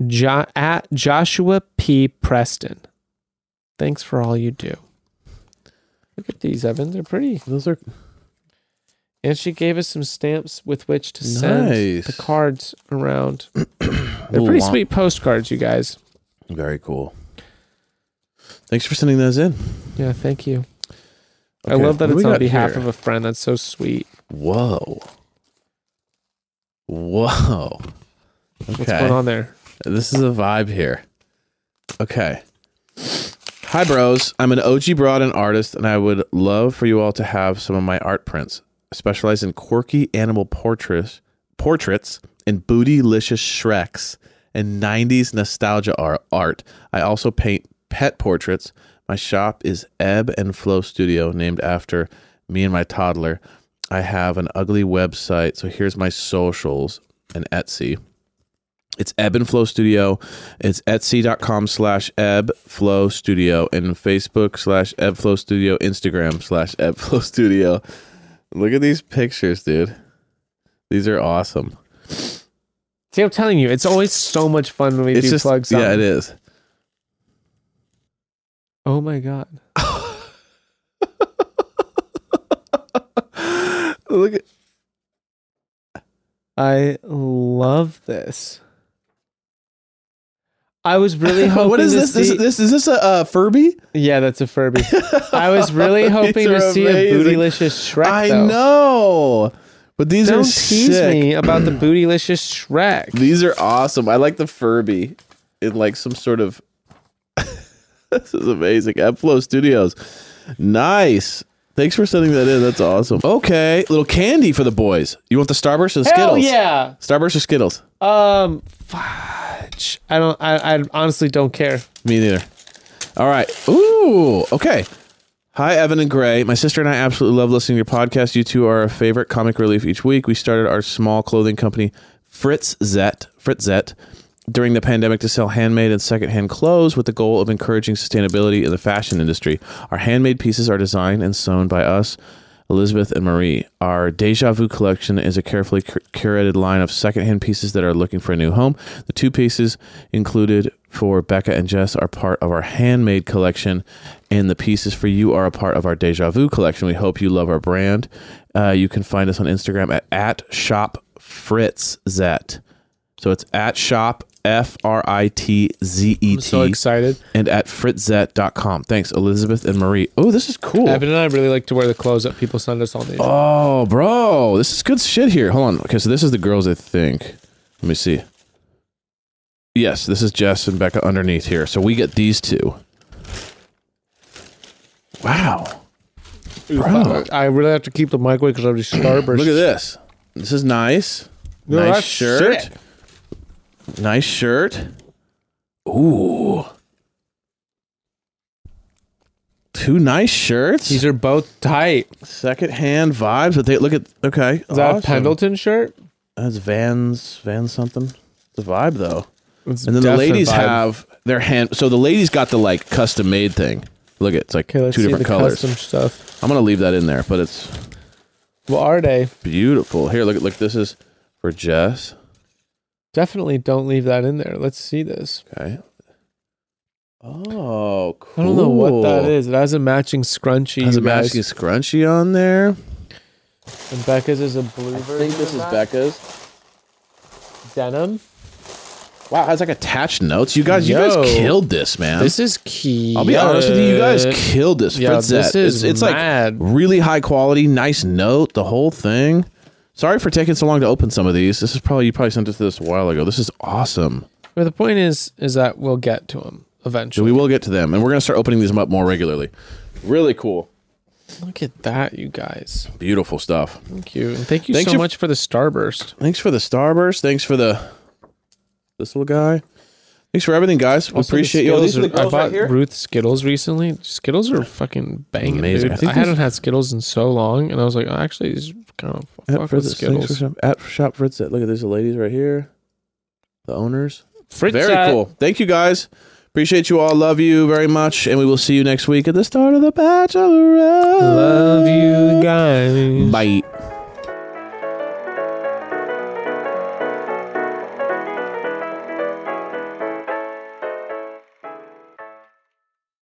Jo- at Joshua P Preston. Thanks for all you do. Look at these, Evan. They're pretty.
Those are
And she gave us some stamps with which to send
Nice.
the cards around. They're
Ooh,
pretty
wow.
sweet postcards, you guys.
very cool. Thanks for sending those in.
Yeah, thank you. I
Okay,
love that
what do we
it's on
got
behalf
here?
of a friend. That's so sweet.
Whoa. Whoa.
What's going
Okay.
on there?
This is a vibe here. Okay. Hi, bros. I'm an OG broad and artist, and I would love for you all to have some of my art prints. I specialize in quirky animal portraits, portraits and bootylicious Shreks and 90s nostalgia ar- art. I also paint pet portraits. My shop is Ebb and Flow Studio, named after me and my toddler. I have an ugly website, so here's my socials and Etsy. It's Ebb and Flow Studio. It's etsy.com slash ebb flow studio and Facebook slash ebb flow studio, Instagram slash ebb flow studio. Look at these pictures, dude. These are awesome.
See, I'm telling you, it's always so much fun when we
It's
do
just,
plugs.
yeah, it is.
Oh my god.
Look at,
I love this. I was really hoping.
what is
to
this? This,
see-
this? Is this a uh, Furby?
Yeah, that's a Furby. I was really hoping
These
to
are
see a
amazing.
bootylicious Shrek.
I
though.
know. But these
Don't
are
tease
sick.
me about the bootylicious Shrek.
These are awesome. I like the Furby in like some sort of. this is amazing. Epflow Studios. Nice. Thanks for sending that in. That's awesome. Okay, little candy for the boys. You want the Starburst or the
Hell
Skittles?
yeah.
Starburst or Skittles?
Um, fudge. I don't. I, I honestly don't care.
Me neither. All right. Ooh. Okay. Hi, Evan and Gray. My sister and I absolutely love listening to your podcast. You two are a favorite comic relief each week. We started our small clothing company, Fritz Zet, Fritz Zet, during the pandemic to sell handmade and secondhand clothes with the goal of encouraging sustainability in the fashion industry. Our handmade pieces are designed and sewn by us, Elizabeth and Marie. Our Deja Vu collection is a carefully cur- curated line of secondhand pieces that are looking for a new home. The two pieces included for Becca and Jess are part of our handmade collection, and the pieces for you are a part of our Deja Vu collection. We hope you love our brand. Uh, you can find us on Instagram at, at shop fritz zet. So it's at shop F R I T Z E
I'm so
T
excited.
and at fritzet.com. Thanks, Elizabeth and Marie. Oh, this is cool.
Evan and I really like to wear the clothes that people send us on these.
Oh, bro, this is good shit here. Hold on. Okay, so this is the girls, I think. Let me see. Yes, this is Jess and Becca underneath here. So we get these two. Wow. Bro.
I really have to keep the mic away because I'm just starburst.
Look at this. This is nice.
Yo,
nice
that's
shirt.
sick.
Nice shirt. Ooh. Two nice shirts.
These are both tight.
Secondhand vibes, but they look at okay.
Is that a
awesome.
Pendleton shirt?
That's Vans, Van something. The vibe though.
It's
And then the
definite
ladies
vibe.
have their hand. So the ladies got the like custom made thing. Look, it's like
Okay, let's
two
see
different
the
colors.
custom stuff.
I'm gonna leave that in there, but it's
What are they?
beautiful. Here, look, look. This is for Jess.
Definitely don't leave that in there. Let's see this.
Okay. Oh, cool.
I don't know what that is. It has a matching scrunchie.
Has a
you guys.
matching scrunchie on there.
And Becca's is a blue
I
version.
think this
of
is
that.
Becca's.
denim.
Wow, it has like attached notes. You guys, you
Yo.
guys killed this, man.
This is key.
I'll be honest with you, you guys killed this.
Yeah,
Fritz
this
Zett.
is
it's, it's
mad.
like really high quality, nice note, the whole thing. Sorry for taking so long to open some of these. This is probably you probably sent us this a while ago. This is awesome.
But the point is, is that we'll get to him
So we
eventually.
will get to them, and we're gonna start opening these up more regularly. Really cool,
Look at that, you guys.
beautiful stuff.
Thank you, and thank you
Thank
so
you-
much for the starburst.
Thanks for the starburst. Thanks for the this little guy. Thanks for everything, guys. We
Also, the
appreciate you. Oh, these are the
Skittles are- I
girls
bought
right here.
Ruth Skittles recently. Skittles are fucking banging,
Amazing.
dude.
I
I,
think these-
hadn't had Skittles in so long, and I was like, oh, actually, these kind of
At,
fuck with
Fritz, thanks for
Skittles.
shop, at shop Fritz. Look at these ladies right here. The owners.
Fritz uh,
very
at-
cool. Thank you guys. Appreciate you all. Love you very much. And we will see you next week at the start of the Bachelorette.
Love you guys.
Bye.